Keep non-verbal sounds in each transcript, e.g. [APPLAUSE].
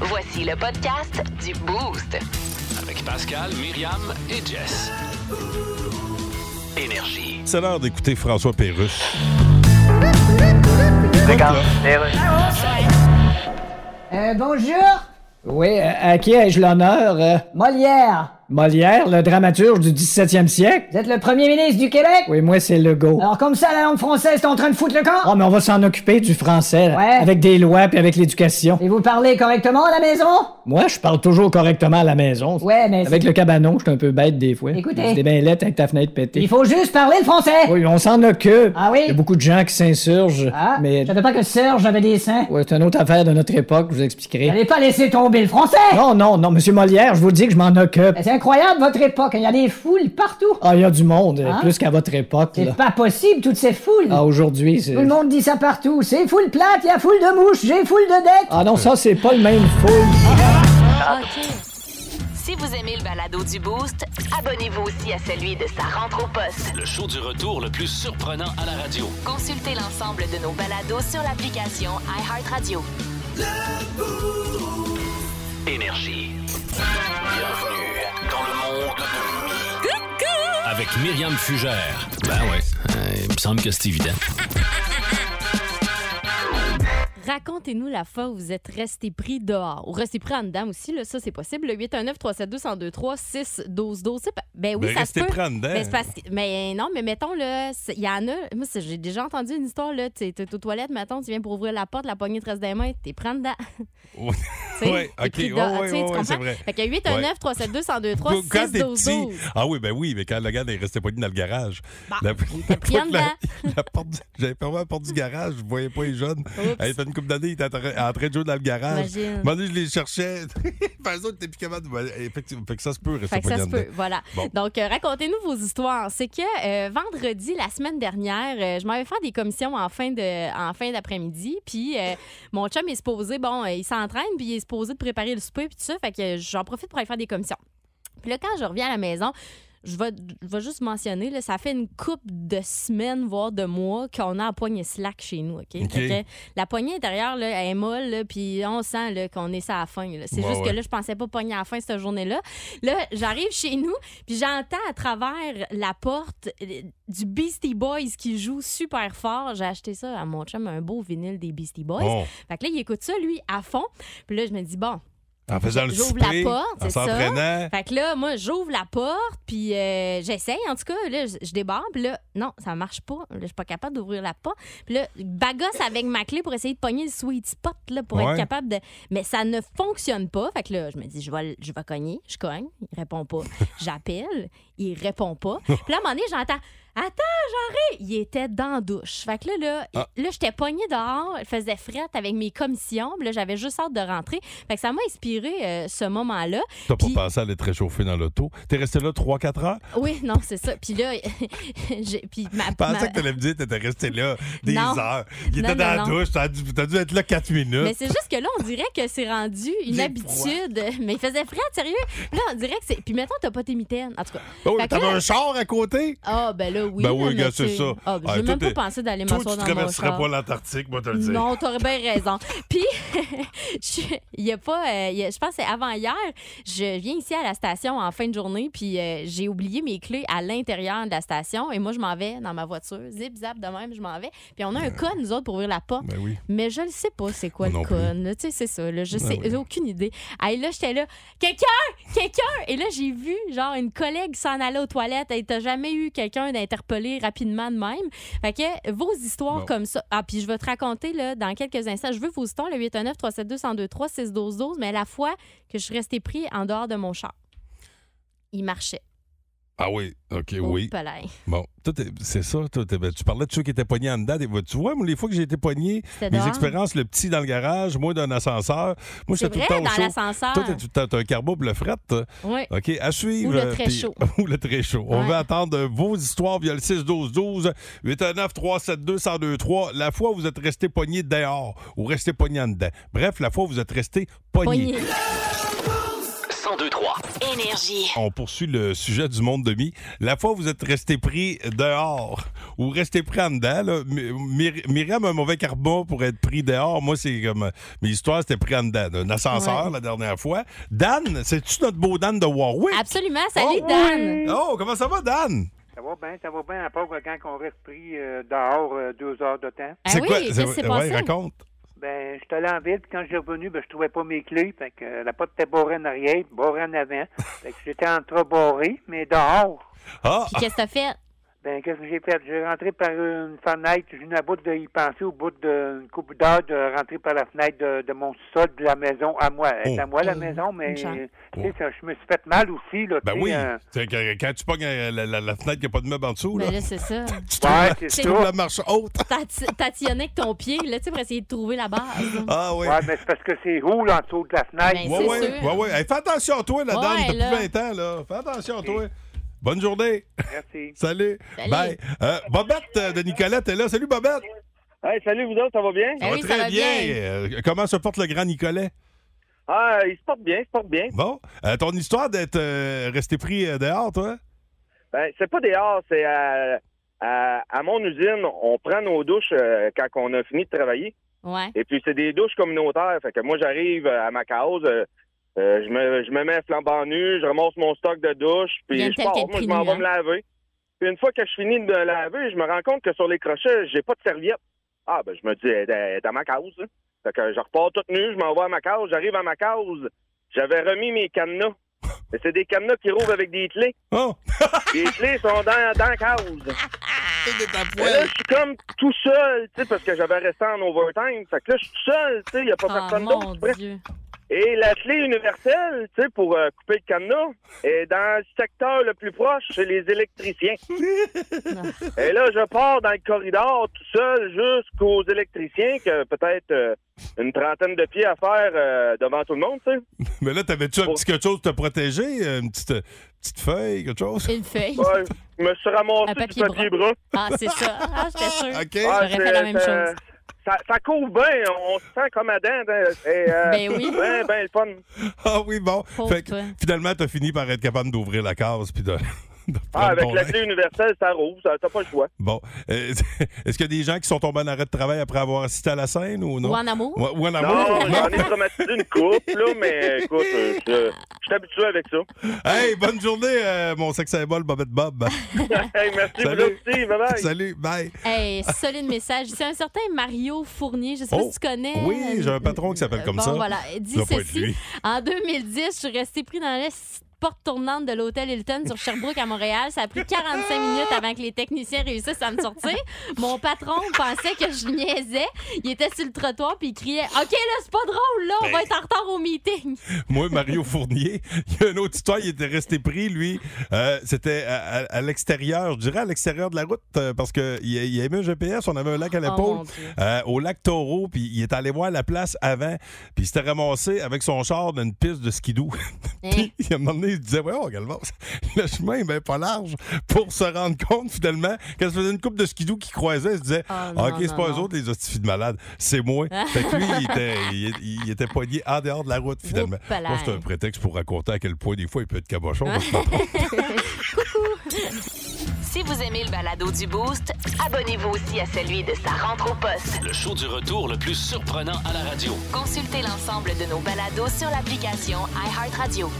Voici le podcast du Boost. Avec Pascal, Myriam et Jess. Énergie. C'est l'heure d'écouter François Pérusse. Hein? Euh, bonjour. Oui, euh, à qui ai-je l'honneur? euh? Molière, Molière, le dramaturge du 17e siècle? vous êtes le premier ministre du Québec? Oui, moi, c'est Legault. Ah, Alors comme ça, la langue française est en train de foutre le camp? Oh, mais on va s'en occuper du français, là, Ouais. avec des lois puis avec l'éducation. Et vous parlez correctement à la maison? Moi, je parle toujours correctement à la maison. Ouais, mais... Avec le cabanon, je suis un peu bête des fois. Écoutez. C'était bien lettre avec ta fenêtre pétée. Il faut juste parler le français! Oui, on s'en occupe. Ah oui? Il y a beaucoup de gens qui s'insurgent. Ah, mais je savais pas que Serge avait des seins. ouais, c'est une autre affaire de notre époque, je vous expliquerai. Vous n'allez pas laisser tomber le français! Non, non, non, monsieur Molière, je vous dis que je m'en occupe. C'est incroyable, votre époque. Il y a des foules partout. Ah, il y a du monde, Hein? plus qu'à votre époque. là. C'est pas possible, toutes ces foules. Ah, aujourd'hui, c'est. Tout le monde dit ça partout. C'est foule plate, il y a foule de mouches, j'ai foule de dettes. Ah non, ça, c'est pas le même fou. Si vous aimez le balado du Boost, abonnez-vous aussi à celui de sa rentre au poste. Le show du retour le plus surprenant à la radio. Consultez l'ensemble de nos balados sur l'application iHeartRadio. Énergie. Bienvenue dans le monde de Mi. Avec Myriam Fugère. Ben ouais, euh, il me semble que c'est évident. Racontez-nous la fois où vous êtes resté pris dehors ou resté pris en dedans aussi, là, ça c'est possible. Le 819 372 1023 6 12 12 c'est pas- Ben oui, Ben, ça se restez peut. pris en dedans. Mais, c'est parce que- mais non, mais mettons, là, c'est- il y en a. Moi, c'est- j'ai déjà entendu une histoire, là. Tu es aux toilettes, mettons, tu viens pour ouvrir la porte, la poignée te reste dans les mains, t'es prends dedans. [LAUGHS] Ouais. Tu sais, Ouais, t'es ok, pris ouais, dehors, tu ouais, sais, tu ouais, ouais, c'est comprends? vrai. Fait que 819 372 1023 Quand- Quand 6 t'es 12 petit. 12 Ah oui, ben oui, mais quand le gars il restait pogné dans le garage. Bah, La- la pris fois en que la- [LAUGHS] la porte du- J'avais fermé la porte du garage, je voyais pas les jeunes. Oups. Elle fait une couple d'années, il était en tra- en train de jouer dans le garage. Imagine. Moi, je les cherchais. [LAUGHS] Fait eux autres, t'es plus capable. de- Effectivement, fait que ça se peut rester Fait que ça pogné se dedans. peut, voilà. Bon. Donc, euh, racontez-nous vos histoires. C'est que euh, vendredi, la semaine dernière, euh, je m'avais fait des commissions en fin, de, en fin d'après-midi. Puis, euh, mon chum est supposé, bon, euh, il s'entraîne, puis il est supposé de préparer le souper, puis tout ça. Fait que euh, j'en profite pour aller faire des commissions. Puis là, quand je reviens à la maison, je vais, je vais juste mentionner, là, ça fait une coupe de semaines, voire de mois, qu'on a la poignée slack chez nous, OK? OK. Fait que la poignée intérieure, là, elle est molle, là, puis on sent là, qu'on est ça à la fin. là. C'est Ouais, juste ouais. que là, je pensais pas pogner à la fin cette journée-là. Là, j'arrive chez nous, puis j'entends à travers la porte euh, du Beastie Boys qui joue super fort. J'ai acheté ça à mon chum, un beau vinyle des Beastie Boys. Bon, Fait que là, il écoute ça, lui, à fond. Puis là, je me dis, bon, en faisant le J'ouvre la spray, porte, en c'est ça. s'entraînant. [LAUGHS] fait que là, moi, j'ouvre la porte, puis euh, j'essaye. En tout cas, là, je, je débarre, puis là, non, ça marche pas. Là, je suis pas capable d'ouvrir la porte. Puis là, je bagasse avec ma clé pour essayer de pogner le sweet spot, là, pour Ouais. être capable de. Mais ça ne fonctionne pas. Fait que là, je me dis, je vais, le- je vais cogner. Je cogne. Il répond [LAUGHS] pas. J'appelle. Il répond pas. Puis là, à un moment donné, j'entends. Attends, j'arrive! Il était dans la douche. Fait que là, là, Ah. là j'étais poignée dehors, il faisait frette avec mes commissions. Puis là, j'avais juste hâte de rentrer. Fait que ça m'a inspiré euh, ce moment-là. T'as pas Puis- pensé à aller te réchauffer dans l'auto. T'es resté là 3-4 heures. Oui, non, c'est ça. Puis là, [LAUGHS] j'ai- puis ma, Je pensais ma- que t'allais me dire que t'étais resté là des Non. heures. Il Non, était dans non, la non. douche. T'as dû, t'as dû être là 4 mais minutes. c'est juste que là, on dirait que c'est rendu une J'ai habitude. Mais il faisait frais, sérieux. Là, on dirait que c'est. Puis mettons, t'as pas tes mitaines. En tout cas. Oh, Fait que t'avais là- un char à côté. Ah, ben là, oui. Ben là, oui, mais gars, tu sais- c'est ça. Ah, ben, Ah, j'ai toi, même t'es- pas pensé d'aller Toi, m'asseoir tu dans mon traverserais char. pas l'Antarctique, moi, te le dire. Non, t'aurais bien raison. Puis, [LAUGHS] je- il y a pas. euh, il y a- je pense que c'est avant hier. Je viens ici à la station en fin de journée, puis euh, j'ai oublié mes clés à l'intérieur de la station. Et moi, je m'en vais dans ma voiture. Zip, zap, de même, je m'en vais. Puis on a un code, nous autres, pour ouvrir la porte. Ben oui. Mais je ne sais pas c'est quoi le Moi non plus. con. là. Tu sais, c'est ça. Là, je Ben sais, oui. j'ai aucune idée. Allez, là, j'étais là, quelqu'un, quelqu'un. Et là, j'ai vu, genre, une collègue s'en aller aux toilettes. Et t'as jamais eu quelqu'un d'interpeller rapidement de même. Fait que vos histoires Bon. comme ça. Ah, puis je vais te raconter, là, dans quelques instants. Je veux vos histoires, le 819 372 1023 6 12 12 mais la fois que je suis restée pris en dehors de mon char, il marchait. Ah oui, OK, oui. Palais. Bon, toi, t'es- c'est ça. toi, t'es- ben, tu parlais de ceux qui étaient pognés en dedans. des- Tu vois, moi, les fois que j'ai été pogné, C'était mes dehors. expériences, le petit dans le garage, moi, d'un ascenseur. Moi, C'est j'étais tout vrai, le temps au dans chaud. l'ascenseur. Toi, t'es tout le temps- t'as un carbo pour le fret. toi. Oui. OK, à suivre. Ou le euh, très puis- chaud. [LAUGHS] Ou le très chaud. On Ouais. va attendre vos histoires via le 6-12-12, 819-372-1023. La fois où vous êtes resté pogné dehors ou resté pogné en dedans. Bref, la fois où vous êtes resté pogné. Poigné. 1023. Énergie. On poursuit le sujet du monde demi. La fois où vous êtes resté pris dehors ou resté pris en dedans, là, My- My- Myriam a un mauvais karma pour être pris dehors. Moi, c'est comme. euh, Mes histoires, c'était pris en dedans. Un ascenseur, Ouais. la dernière fois. Dan, c'est-tu notre beau Dan de Warwick? Absolument. Ah, Salut, Oh, Dan. Oh, comment ça va, Dan? Ça va bien, ça va bien, à part que quand on reste pris euh, dehors euh, deux heures de temps. Ah oui, qu'est-ce qui s'est ouais, passé? raconte. Ben, j'étais allé en ville, puis quand j'ai revenu, ben, je trouvais pas mes clés, fait que euh, la porte était barrée en arrière, puis barrée en avant. [LAUGHS] Fait que j'étais entre-barré, mais dehors. Ah, Puis qu'est-ce que t'as fait? Ben, qu'est-ce que j'ai fait? J'ai rentré par une fenêtre, j'ai eu la bout de y penser au bout d'une coupe d'heure de rentrer par la fenêtre de, de mon sol de la maison à moi. euh, C'est à moi la Oh. maison, mais Une tu chance. sais, ça, je me suis fait mal aussi, là. ben tu sais, oui. euh, C'est que- Quand tu pognes euh, la, la- la fenêtre qui n'a pas de meuble en dessous, là, Ben là, c'est ça. [LAUGHS] tu trouves ouais, la- c'est C'est ça. tu trouves la marche haute. Tati- Tatillonner avec ton pied, là, tu sais, pour essayer de trouver la base. là. Ah oui. Ouais, mais c'est parce que c'est roule en dessous de la fenêtre. Ben, Ouais, c'est ouais, sûr. ouais, ouais. Hey, fais attention à toi, la Ouais, dame, depuis là. 20 ans, là. Fais attention à toi. Bonne journée. Merci. [LAUGHS] Salut. Salut. Bye. Euh, Bobette euh, de Nicolette est là. Salut, Bobette. Hey, salut, vous autres, ça va bien? Ben oui, ça très va bien. bien. Euh, comment se porte le grand Nicolet? Ah, il se porte bien, il se porte bien. Bon. Euh, ton histoire d'être euh, resté pris euh, dehors, toi? [LAUGHS] Ben, c'est pas dehors, c'est à, à, à mon usine, on prend nos douches euh, quand on a fini de travailler. Ouais. Et puis, c'est des douches communautaires. Fait que moi, j'arrive euh, à ma cause, euh, euh, je, me, je me mets flambant nu, je remonte mon stock de douches, Il y a puis une je telle pars. qui est Moi, je prise m'en nue, vais hein. me laver. Puis, une fois que je finis de me laver, je me rends compte que sur les crochets, j'ai pas de serviette. Ah, ben, je me dis, elle est- elle est à ma cause. hein. Fait que je repars toute nue, je m'en vais à ma cause, j'arrive à ma cause. J'avais remis mes cadenas. Mais c'est des cadenas qui rouvent avec des clés. Oh! Les clés sont dans, dans la cause. Mais là, je suis comme tout seul, tu sais, parce que j'avais resté en overtime. Fait que là, je suis tout seul, tu sais, il n'y a pas Oh personne mon d'autre. Dieu. Et la clé universelle, tu sais, pour euh, couper le cadenas, est dans le secteur le plus proche, chez les électriciens. Et là, je pars dans le corridor tout seul jusqu'aux électriciens, que peut-être euh, une trentaine de pieds à faire euh, devant tout le monde, tu sais. Mais là, t'avais-tu un Oh. petit quelque chose pour te protéger? euh, Une petite, euh, petite feuille, quelque chose? [LAUGHS] Une feuille. Ouais, je me suis ramassé Un du papier papier brun. Ah, c'est ça. Ah, [LAUGHS] j'étais sûre. OK. Ah, J'aurais fait la c'est- même c'est- chose. Ça, ça couvre bien, on se sent comme à dents. hein, et, euh, Ben oui. Ben, ben, le fun. Ah oui, bon. Pauvre Fait que, toi. finalement, t'as fini par être capable d'ouvrir la case puis de. de Ah, prendre avec ton la linge. clé universelle, ça roule, ça, t'as pas le choix. Bon. Euh, [LAUGHS] Est-ce qu'il y a des gens qui sont tombés en arrêt de travail après avoir assisté à la scène ou non? Ou en amour. Ou- ou en amour? Non, [LAUGHS] j'en ai traumatisé une coupe, là, mais écoute, euh, je je suis habitué avec ça. Hey, bonne journée, euh, mon sex symbole, Bobette Bob. Hey, merci, Salut. vous aussi, [LAUGHS] bye-bye. Salut, bye. Hey, solide message. C'est un certain Mario Fournier. Je sais Oh, pas si tu connais. euh, oui, j'ai un patron qui s'appelle comme Bon, ça. voilà. Il Dit Ça doit pas être ceci. lui. En 2010, je suis restée pris dans la s- porte tournante de l'hôtel Hilton sur Sherbrooke à Montréal. Ça a pris 45 minutes avant que les techniciens réussissent à me sortir. Mon patron pensait que je niaisais. Il était sur le trottoir puis il criait OK, là, c'est pas drôle, là, on va être en retard au meeting. Moi, Mario Fournier, il y a une autre histoire, il était resté pris, lui. Euh, C'était à, à- à l'extérieur, je dirais à l'extérieur de la route, euh, parce qu'il y avait un GPS, on avait un lac à Oh, l'épaule. mon Dieu. euh, au lac Taureau, puis il est allé voir la place avant, puis il s'était ramassé avec son char d'une piste de skidoo. [LAUGHS] Eh. puis il a demandé, il disait, ouais, oh, Galvas, [LAUGHS] le chemin est bien pas large pour se rendre compte finalement quand se faisait une coupe de skidoo qui croisait, il se disait, Oh, Ah, non, ok, c'est non, pas eux non. autres les hosties de malades, c'est [LAUGHS] moi. fait que lui, il était, il, il était poigné en dehors de la route finalement. Oupalaï. Moi, c'est un prétexte pour raconter à quel point des fois il peut être cabochon. votre [LAUGHS] patron. Si vous aimez le balado du Boost, abonnez-vous aussi à celui de sa rentre au poste. Le show du retour le plus surprenant à la radio. Consultez l'ensemble de nos balados sur l'application iHeartRadio.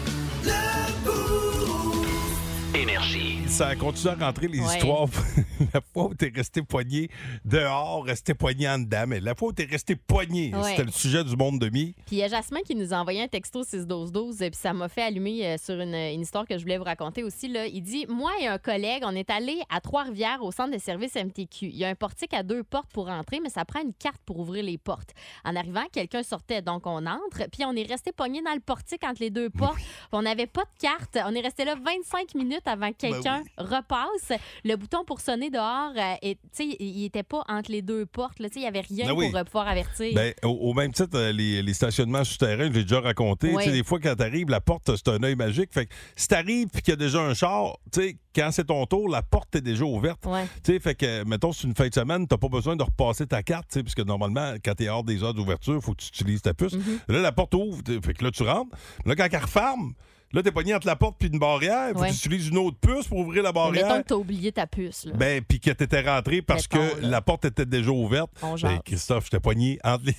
Énergie. ça continue à rentrer les Ouais. histoires. [LAUGHS] la fois où t'es resté poigné dehors, resté poigné en dedans, mais la fois où t'es resté poigné, Ouais. c'était le sujet du monde demi. Puis il y a Jasmin qui nous a envoyé un texto 6-12-12, euh, puis ça m'a fait allumer euh, sur une, une histoire que je voulais vous raconter aussi. Là. Il dit Moi et un collègue, on est allé à Trois-Rivières au centre de services MTQ. Il y a un portique à deux portes pour entrer, mais ça prend une carte pour ouvrir les portes. En arrivant, quelqu'un sortait, donc on entre, puis on est resté pogné dans le portique entre les deux portes. Puis on n'avait pas de carte. On est resté là 25 minutes minutes avant que Ben quelqu'un repasse. Le bouton pour sonner dehors, euh, est- tu sais, il n'était pas entre les deux portes. là. Tu sais, Il n'y avait rien Ben oui. pour euh, pouvoir avertir. Ben, au, au même titre, euh, les, les stationnements souterrains, je l'ai déjà raconté. Oui. Tu sais, Des fois, quand t'arrives, la porte, c'est un œil magique. Fait que si t'arrives puis qu'il y a déjà un char, tu sais, quand c'est ton tour, la porte est déjà ouverte. Ouais. Tu sais, fait que, mettons, c'est une fin de semaine, t'as pas besoin de repasser ta carte, tu sais, parce que normalement, quand t'es hors des heures d'ouverture, faut que tu utilises ta puce. Mm-hmm. Là, la porte ouvre, t'es- fait que là, tu rentres. Là, quand elle referme, là, t'es pogné entre la porte puis une barrière, faut Ouais. que tu utilises une autre puce pour ouvrir la Mettons barrière. que tu as oublié ta puce. là. Ben, puis que t'étais rentré parce Mettons, que là. la porte était déjà ouverte. On jase. Ben, Christophe, j'étais pogné entre les...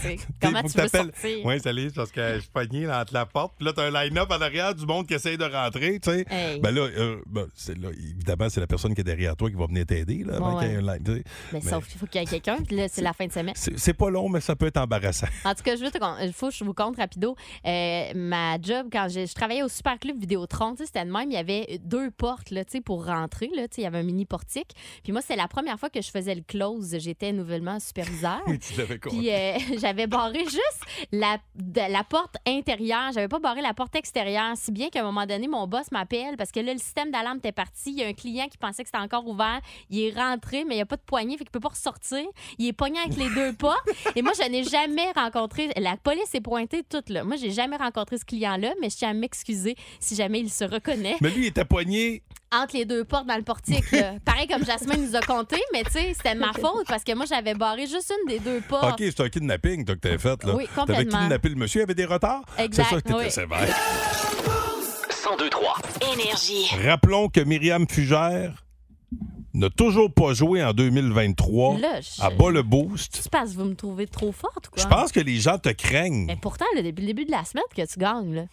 Tu sais, Comment Faut tu que veux t'appelles. sortir? Oui, salut, c'est parce que je suis pogné là, entre la porte. Puis là, t'as un line-up en arrière du monde qui essaye de rentrer, tu sais. Hey. Ben là, euh, ben, c'est là, évidemment, c'est la personne qui est derrière toi qui va venir t'aider, là, avant Ouais. qu'il y ait un line, tu sais. Mais, Mais sauf qu'il faut qu'il y ait quelqu'un, puis là, c'est la fin de semaine. ben, c'est c'est pas long, mais ça peut être embarrassant. En tout cas, je veux te con- il faut que je vous compte rapido. Euh, ma job, quand j'ai- je, travaillais au Super Club Vidéotron, tu sais, c'était de même, il y avait deux portes là, tu sais, pour rentrer. Là, tu sais, il y avait un mini portique. Puis moi, c'est la première fois que je faisais le close. J'étais nouvellement superviseur. tu l'avais Puis euh, [LAUGHS] j'avais barré juste la, de- la porte intérieure. J'avais pas barré la porte extérieure. Si bien qu'à un moment donné, mon boss m'appelle parce que là, le système d'alarme était parti. Il y a un client qui pensait que c'était encore ouvert. Il est rentré, mais il n'y a pas de poignée, fait qu'il peut pas ressortir. Il est pogné avec les [LAUGHS] deux pas. Et moi, je n'ai jamais rencontré. La police est pointée toute là. Moi, j'ai jamais rencontré ce client-là, mais je tiens à m'excuser si jamais il se reconnaît Mais lui, il était poigné. entre les deux portes dans le portique. [LAUGHS] là. Pareil comme Jasmine nous a conté, mais tu sais, c'était ma faute parce que moi, j'avais barré juste une des deux portes. OK, c'est un kidnapping, toi, que t'avais fait, là. Oui, T'avais complètement. kidnappé le monsieur, il avait des retards. Exact, C'est ça que t'étais oui. sévère. 1023. Énergie. Rappelons que Myriam Fugère n'a toujours pas joué en 2023 Là, je- à bas le boost. se passe? Vous me trouvez trop forte ou quoi? Je pense que les gens te craignent. Mais pourtant, là, depuis le début de la semaine que tu gagnes, là.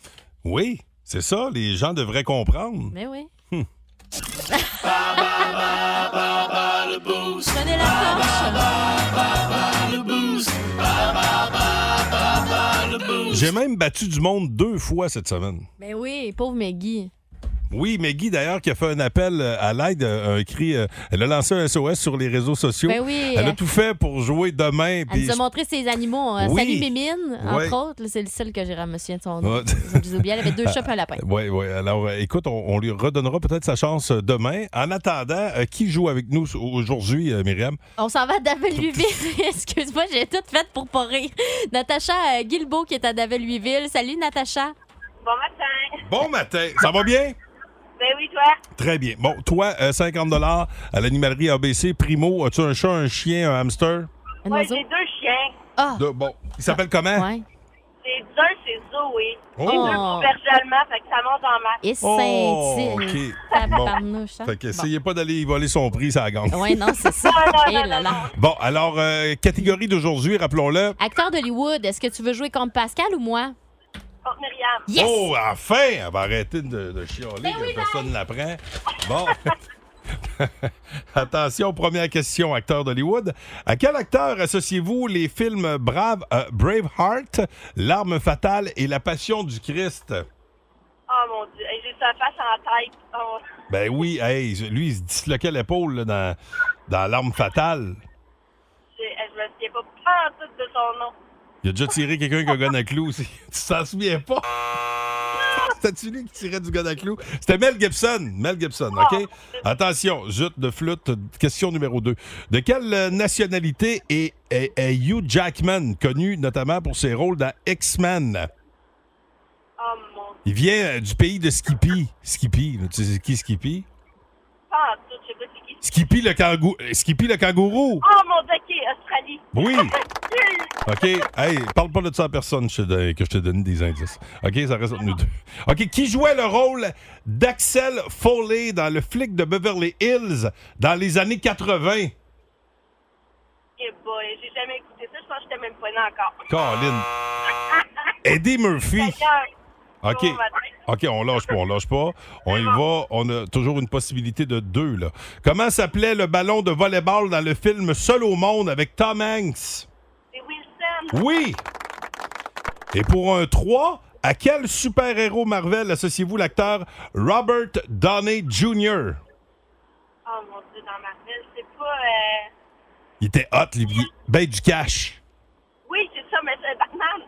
Oui, c'est ça, les gens devraient comprendre. Hmm. Mais oui. Prenez la J'ai même battu du monde deux fois cette semaine. torche. Mais oui, pauvre Maggie. Oui, mais Guy, d'ailleurs, qui a fait un appel euh, à l'aide, euh, un cri. euh, elle a lancé un SOS sur les réseaux sociaux. Ben oui. Elle a tout fait pour jouer demain. Elle puis nous a montré ses animaux. hein. Oui. Salut Mimine, entre Oui. autres. Là, C'est le seul que j'ai ramassé de son nom. Ouais. J'ai oublié, elle avait deux chats et un [LAUGHS] lapin. Oui, oui. Alors, euh, écoute, on, on lui redonnera peut-être sa chance euh, demain. En attendant, euh, qui joue avec nous aujourd'hui, euh, Myriam? On s'en va à [LAUGHS] Davel-Louisville. [LAUGHS] Excuse-moi, j'ai tout fait pour pas rire. Natacha euh, Guilbeault qui est à Davel-Louisville. Salut, Natacha. Bon matin. Bon matin. Ça va bien? Ben oui, toi. Très bien. Bon, toi, euh, 50 à l'animalerie ABC. Primo, as-tu un chat, un chien, un hamster? Un Moi, oiseau? Ah! j'ai deux chiens. De- bon, il s'appelle comment? Ouais. C'est un, c'est Zoé. Oh. Deux Oh. pour berger allemand, fait que ça monte en masse. Et Oh, Saint-Tite. OK. Tabarnouche, hein? Fait que Bon. essayez pas d'aller y voler son prix, ça gang. Ouais, non, c'est ça. [LAUGHS] Oh, non, Eh non, là non, là. [LAUGHS] Bon, alors, euh, catégorie d'aujourd'hui, rappelons-le. Acteur d'Hollywood, est-ce que tu veux jouer contre Pascal ou moi? Contre Myriam. Yes! Ben Oh, enfin! Elle va arrêter de, de chialer, que personne ne l'apprend. Bon. [LAUGHS] Attention, première question, acteur d'Hollywood. À quel acteur associez-vous les films Brave, euh, Braveheart, L'arme fatale et La passion du Christ? Oh mon Dieu. Hey, j'ai sa face en tête. Oh. Ben oui, hey, lui, il se disloquait l'épaule là, dans, dans L'arme fatale. j'ai- hey, Je me souviens pas pas en tout de son nom. Il a déjà tiré quelqu'un qui a gonne à clou aussi. [LAUGHS] Tu t'en souviens pas? C'était-tu lui qui tirait du gonne à clou? C'était Mel Gibson. Mel Gibson, OK? Attention, zut de flûte. Question numéro 2. De quelle euh, nationalité est, est- est Hugh Jackman, connu notamment pour ses rôles dans X-Men? Oh mon Dieu. Il vient euh, du pays de Skippy. Skippy, là, tu sais c'est qui Skippy? Pas en tout. Je sais pas c'est qui. Skippy le, kangou- euh, Skippy le kangourou. Oh mon Dieu, ok, Australie. Oui. Nul. OK. Hey, parle pas de ça à personne je te donne- que je te donne des indices. OK, ça reste entre nous deux. OK, qui jouait le rôle d'Axel Foley dans Le flic de Beverly Hills dans les années 80? Eh boy, j'ai jamais écouté ça. Je pense que j'étais même pas née encore. Colin. Eddie Murphy. D'ailleurs, OK. bon matin. OK, on lâche pas, on lâche pas. On y va. On a toujours une possibilité de deux, là. Comment s'appelait le ballon de volleyball dans le film Seul au monde avec Tom Hanks? C'est Wilson. Oui. Et pour un 3, à quel super-héros Marvel associez-vous l'acteur Robert Downey Jr.? Oh mon Dieu, dans ma ville, c'est pas. euh, Il était hot, lui. il- Ben du cash. Oui, c'est ça, mais c'est Batman.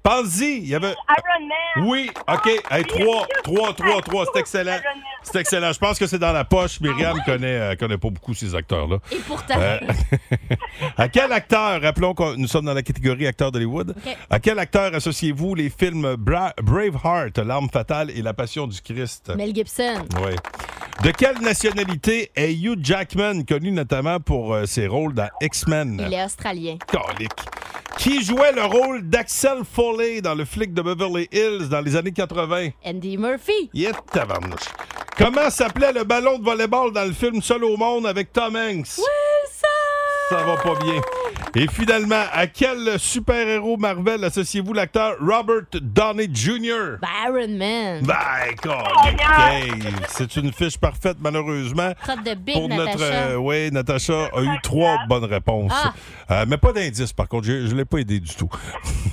Pense-y, il y avait. Iron Man. Oui, Ah, OK. Hey, 3, 3, 3, 3. oh, C'est excellent. C'est excellent. Je pense que c'est dans la poche. Myriam connaît, euh, connaît pas beaucoup ces acteurs-là. Ah, Et pourtant. Euh, [LAUGHS] à quel acteur, rappelons que nous sommes dans la catégorie acteur d'Hollywood, OK. à quel acteur associez-vous les films Bra- Braveheart, L'arme fatale et La passion du Christ? Mel Gibson. Oui. De quelle nationalité est Hugh Jackman, connu notamment pour euh, ses rôles dans X-Men? Il est australien. Calique. Qui jouait le rôle d'Axel Foley dans le flic de Beverly Hills dans les années 80? Andy Murphy. Yeah, tabarnouche. Comment s'appelait le ballon de volleyball dans le film Seul au monde avec Tom Hanks? Ça va pas bien. Et finalement, à quel super-héros Marvel associez-vous l'acteur Robert Downey Jr.? Ben, Iron Man. Ben, écoute, hey, c'est une fiche parfaite, malheureusement. Crotte de big, Pour notre. euh, Natacha. oui, Natacha a eu trois bonnes réponses. Ah. Euh, mais pas d'indice, par contre. Je ne l'ai pas aidé du tout.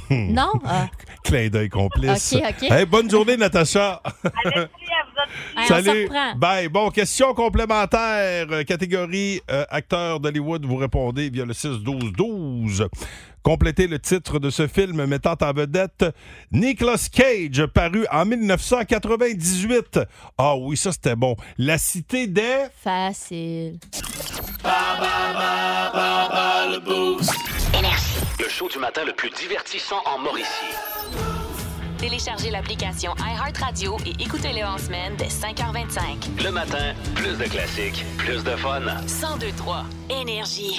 Non? Ah. [LAUGHS] Clin d'œil complice. Ok, ok. Hey, bonne journée, Natacha. [LAUGHS] Hey, on se Salut. reprend. Bye. Bon, question complémentaire. Euh, Catégorie euh, acteur d'Hollywood, vous répondez via le 6-12-12. Complétez le titre de ce film mettant en vedette Nicolas Cage, paru en 1998. Ah oui, ça c'était bon. La cité des... Facile. Le show du matin le plus divertissant en Mauricie. Téléchargez l'application iHeartRadio et écoutez-le en semaine dès 5h25. Le matin, plus de classiques, plus de fun. 1023 Énergie.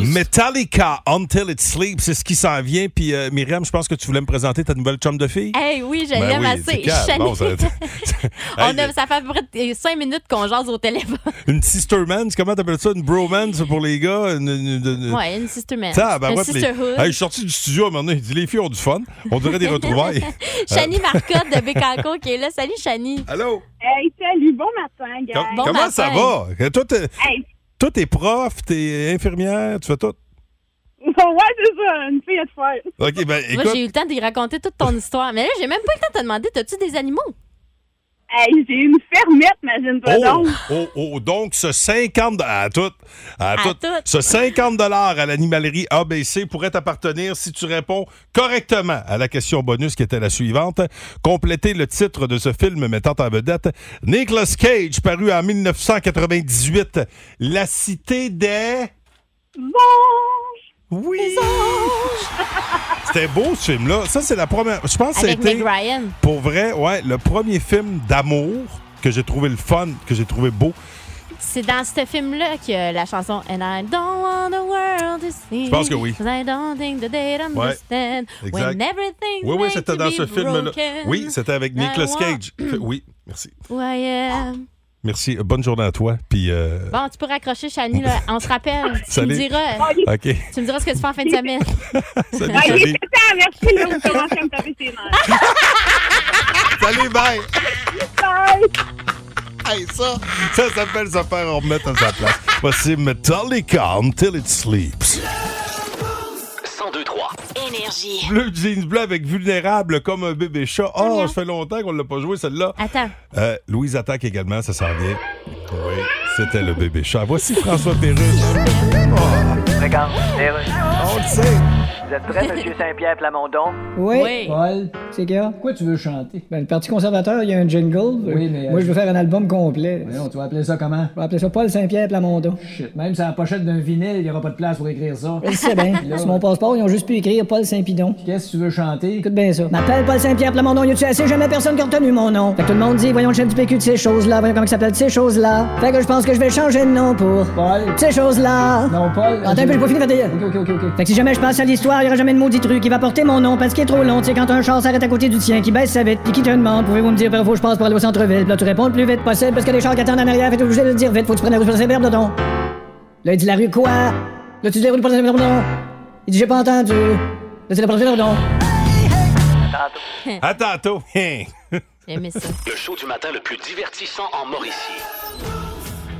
Metallica, Until It Sleeps, c'est ce qui s'en vient. Puis euh, Myriam, je pense que tu voulais me présenter ta nouvelle chum de fille. Hey, oui, je Ben l'aime oui, assez. c'est calme. [LAUGHS] Bon, Shani. ça- On Hey, a- ça fait à peu près 5 minutes qu'on jase au téléphone. Une sisterman, comment t'appelles ça? Une bromance pour les gars? Une, une- une- Ouais, une sister man. Ça, ben Une ouais, puis les- sisterhood. Euh, Hey, je suis sorti du studio à un moment donné, il dit les filles ont du fun. On dirait [LAUGHS] des retrouvailles. Euh. Chani Marcotte de Bécancour qui est là. Salut, Chani. Allô? Hey, salut, bon matin, gars. Com- Bon comment matin. ça va? Euh, Toi, t'es, Hey, [LAUGHS] toi, t'es prof, t'es infirmière, tu fais tout. ouais, c'est ça, une fille à te faire. OK, ben Moi, j'ai eu écoute, le temps d'y raconter toute ton histoire. Mais là, j'ai même pas eu le temps de te demander t'as-tu des animaux? Hey, j'ai une fermette, imagine-toi Bah oh, donc. oh, oh, donc ce 50 à tout, à tout, tout. ce 50 à l'animalerie ABC pourrait t'appartenir si tu réponds correctement à la question bonus qui était la suivante. Complétez le titre de ce film mettant en vedette Nicolas Cage paru en 1998, La cité des Bon! Oui. C'était beau ce film-là. Ça, c'est la première. Je pense que Avec Meg c'était, Ryan. pour vrai, ouais, le premier film d'amour que j'ai trouvé le fun, que j'ai trouvé beau. C'est dans ce film-là que la chanson And I don't want the world to see. Je pense que oui. Cause I don't think that they'd understand exact. when everything's Oui, oui, meant c'était to dans be ce film-là. broken. Oui, c'était avec Now Nicolas what? Cage. [CLEARS THROAT] Fait- Oui, merci. Who I am. Merci. Euh, Bonne journée à toi. Puis, euh, Bon, tu peux raccrocher, Chani, là. On se rappelle. tu Salut. me diras. OK. Tu me diras ce que tu fais en fin de semaine. [LAUGHS] Salut, Hey, j'ai salut. fait ça, merci, là, vous commencez à me taper ses nerfs. salut, bye. Bye! Hey, ça, ça s'appelle se faire remettre à sa place. Voici Metallica Until It Sleeps. 1023. Énergie. Bleu jeans bleu avec vulnérable comme un bébé chat. Oh, ça fait longtemps qu'on l'a pas joué, celle-là. Attends. Euh, Louise attaque également, ça s'en vient. Oui, c'était le bébé chat. Voici François Pérusse. Oh. On le sait. Vous êtes prêt, Monsieur Saint-Pierre Plamondon? Oui. Oui. Paul, c'est quoi? Pourquoi tu veux chanter? Ben, le Parti conservateur, il y a un jingle. Oui, mais, euh, Moi, je veux faire un album complet. Voyons, tu vas appeler ça comment? On va appeler ça Paul Saint-Pierre Plamondon. Shit. Même sur la pochette d'un vinyle, il n'y aura pas de place pour écrire [LAUGHS] ça. Je le sais bien. Sur mon passeport, ils ont juste pu écrire Paul Saint-Pidon. Qu'est-ce que tu veux chanter? Écoute bien ça. M'appelle Paul Saint-Pierre Plamondon, y a-tu assez? Jamais personne qui a retenu mon nom. Fait que tout le monde dit, voyons le chef du PQ de ces choses-là, voyons comment il s'appelle de ces choses-là. Fait que je pense que je vais changer de nom pour Paul? ces choses-là. Non, Paul. Attends un peu, j'ai pas fini, Fatih. Ok, ok, ok, ok. Fait que si jamais je passe à l'histoire, il y aura jamais de maudit truc qui va porter mon nom parce qu'il est trop long. Tu sais, quand un char s'arrête à côté du tien, qui baisse sa vite, puis qui te demande, pouvez-vous me dire par où faut que je passe pour aller au centre-ville? Puis là, tu réponds le plus vite possible parce que les chars qui attendent en arrière, fait que t'es obligé de le dire vite, faut que tu prennes la rue Saint-Pierre, Plamondon. Là, il dit la rue quoi? Là, tu dis la rue Paul Saint-Pierre, Plamondon. Il dit, j'ai pas entendu. Là, c'est la Paul Saint-Pierre, Plamondon. À tantôt. Hein. J'ai aimé ça. Le show du matin le plus divertissant en Mauricie.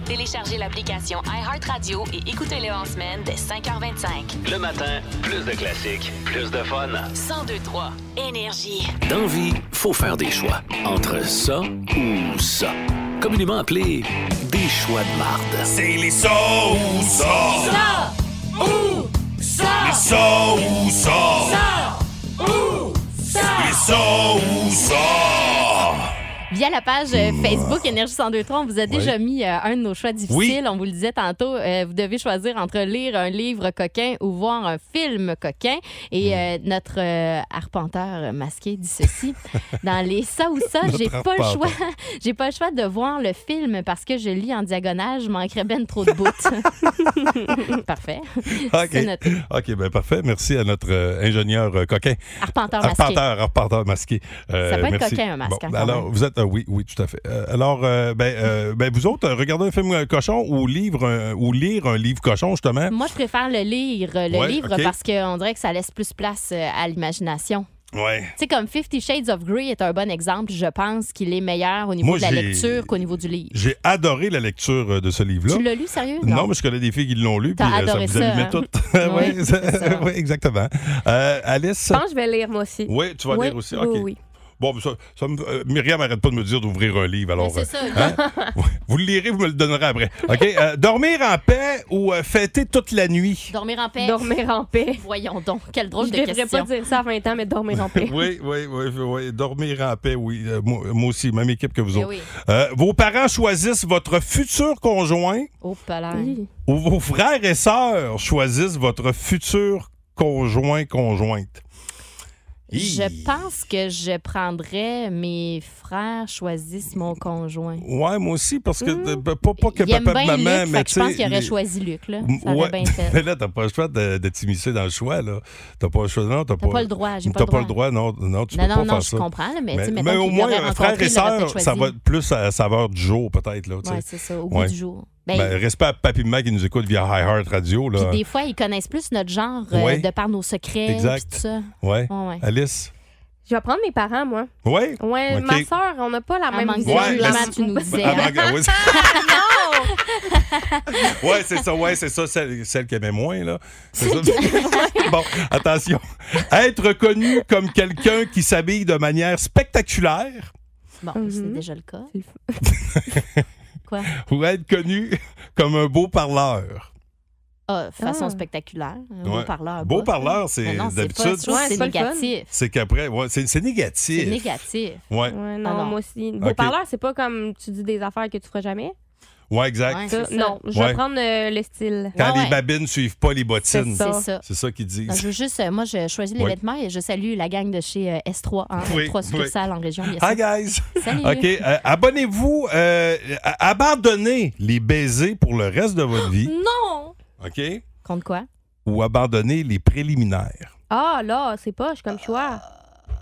Téléchargez l'application iHeartRadio et écoutez-le en semaine dès 5h25. Le matin, plus de classiques, plus de fun. 1023 Énergie. Dans vie, faut faire des choix. Entre ça ou ça. Communément appelé des choix de marde. C'est les ça ou Ça ou ça. Les ça ou ça. Ça ou ça. Les ça ou ça. Via la page euh, Facebook Énergie 1023, on vous a déjà mis euh, un de nos choix difficiles. Oui. On vous le disait tantôt, euh, vous devez choisir entre lire un livre coquin ou voir un film coquin. Et euh, notre euh, arpenteur masqué dit ceci. Dans les ça ou ça, j'ai Notre pas le arpenteur. choix. [LAUGHS] J'ai pas le choix de voir le film parce que je lis en diagonale, je manquerais ben trop de bouts. [LAUGHS] Parfait. C'est OK. noté. OK, ben parfait. Merci à notre euh, ingénieur euh, coquin. Arpenteur masqué. Arpenteur, arpenteur masqué. Euh, Ça peut être merci. coquin, un masque, Bon, hein, quand alors, même. vous êtes. euh, oui, oui, tout à fait. Euh, alors, euh, ben, euh, ben, vous autres, euh, regardez un film euh, cochon ou, livre, euh, ou lire un livre cochon, justement. Moi, je préfère le lire, euh, le Ouais, livre, ok. parce qu'on dirait que ça laisse plus place euh, à l'imagination. Ouais. Tu sais, comme Fifty Shades of Grey est un bon exemple, je pense qu'il est meilleur au niveau Moi, de la j'ai- lecture qu'au niveau du livre. J'ai adoré la lecture euh, de ce livre-là. Tu l'as lu, sérieux? Non, mais je connais des filles qui l'ont lu, puis T'as euh, ça adoré vous ça, allumait hein? toutes. [LAUGHS] Oui, Oui, oui, exactement. Euh, Alice? Je pense que je vais lire, moi aussi. Oui, tu vas lire aussi, Oui, ok. oui. Bon, mais ça, ça me- euh, Myriam arrête pas de me dire d'ouvrir un Ben, livre, alors. Mais c'est [LAUGHS] euh, ça, hein? vous le lirez, vous me le donnerez après. OK? euh, dormir en paix ou euh, fêter toute la nuit? Dormir en paix. Dormir en paix. Voyons donc, quelle drôle je de devrais question. pas dire ça à 20 ans, mais dormir en paix. [LAUGHS] [LAUGHS] Oui, oui, oui, oui. Dormir en paix, oui. Euh, moi, moi aussi, même équipe que vous Eh autres. oui. Euh, vos parents choisissent votre futur conjoint Oh, pas l'air. ou vos frères et sœurs choisissent votre futur conjoint, conjointe? Je pense que je prendrais mes frères choisissent mon conjoint. Ouais, moi aussi, parce que euh, pas, pas que Il aime papa Hmm. bien et maman, Luc, mais fait que je pense qu'il aurait les- choisi Luc. Là. M- Ça aurait ouais. [LAUGHS] bien fait. Mais là, t'as pas le choix de, de t'immiscer dans le choix, là. T'as pas le choix, non, t'as pas, pas le droit, j'ai pas T'as le pas le droit, non, non, tu Non, non, peux pas non, faire je ça. comprends, là, mais tu sais, mettons mais au qu'il moins, l'aurait euh, frères rencontré, et il l'aurait sœurs, peut-être ça va choisi. être plus à la saveur du jour, peut-être, là, tu sais. Ouais, c'est ça, au bout du jour. Ben, Ben, respect à Papi Mac qui nous écoute via High Heart Radio, là. Puis des fois, ils connaissent plus notre genre euh, Ouais. de par nos secrets Exact. puis tout ça. Ouais. Ouais, ouais. Alice? Je vais prendre mes parents, moi. Ouais? Ouais, Ok. ma soeur, on n'a pas la même manque de vision. jugement, la tu nous disais. hein. Ah, ben, ah, oui, c'est- non! ouais, c'est ça, ouais, c'est ça, celle, celle qui aimait moins, là. C'est ça. [LAUGHS] bon, attention. Être connu comme quelqu'un qui s'habille de manière spectaculaire Bon, Mhm. c'est déjà le cas. Quoi? ou être connu comme un beau parleur. Ah, façon spectaculaire. Un Beau Ouais. parleur. Beau bof. parleur, c'est Mais non, pas- d'habitude. je trouve que C'est négatif. C'est qu'après, ouais, c'est c'est négatif. C'est négatif. Ouais. Ouais, non, Ah non. moi aussi. Beau Ok. parleur, c'est pas comme tu dis des affaires que tu feras jamais. Ouais, exact. Ça, non, je vais Ouais. prendre euh, le style. Quand les babines suivent pas les bottines. C'est ça. C'est ça qu'ils disent. Non, je veux juste, euh, moi, je choisis les Ouais. vêtements et je salue la gang de chez euh, S3, hein, Oui, trois succursales en région. bien sûr. Hi, guys. Salut. OK. euh, Abonnez-vous. euh, à- abandonnez les baisers pour le reste de votre vie. Non! OK? Contre quoi? Ou abandonnez les préliminaires. Ah, là, c'est poche comme choix. Euh,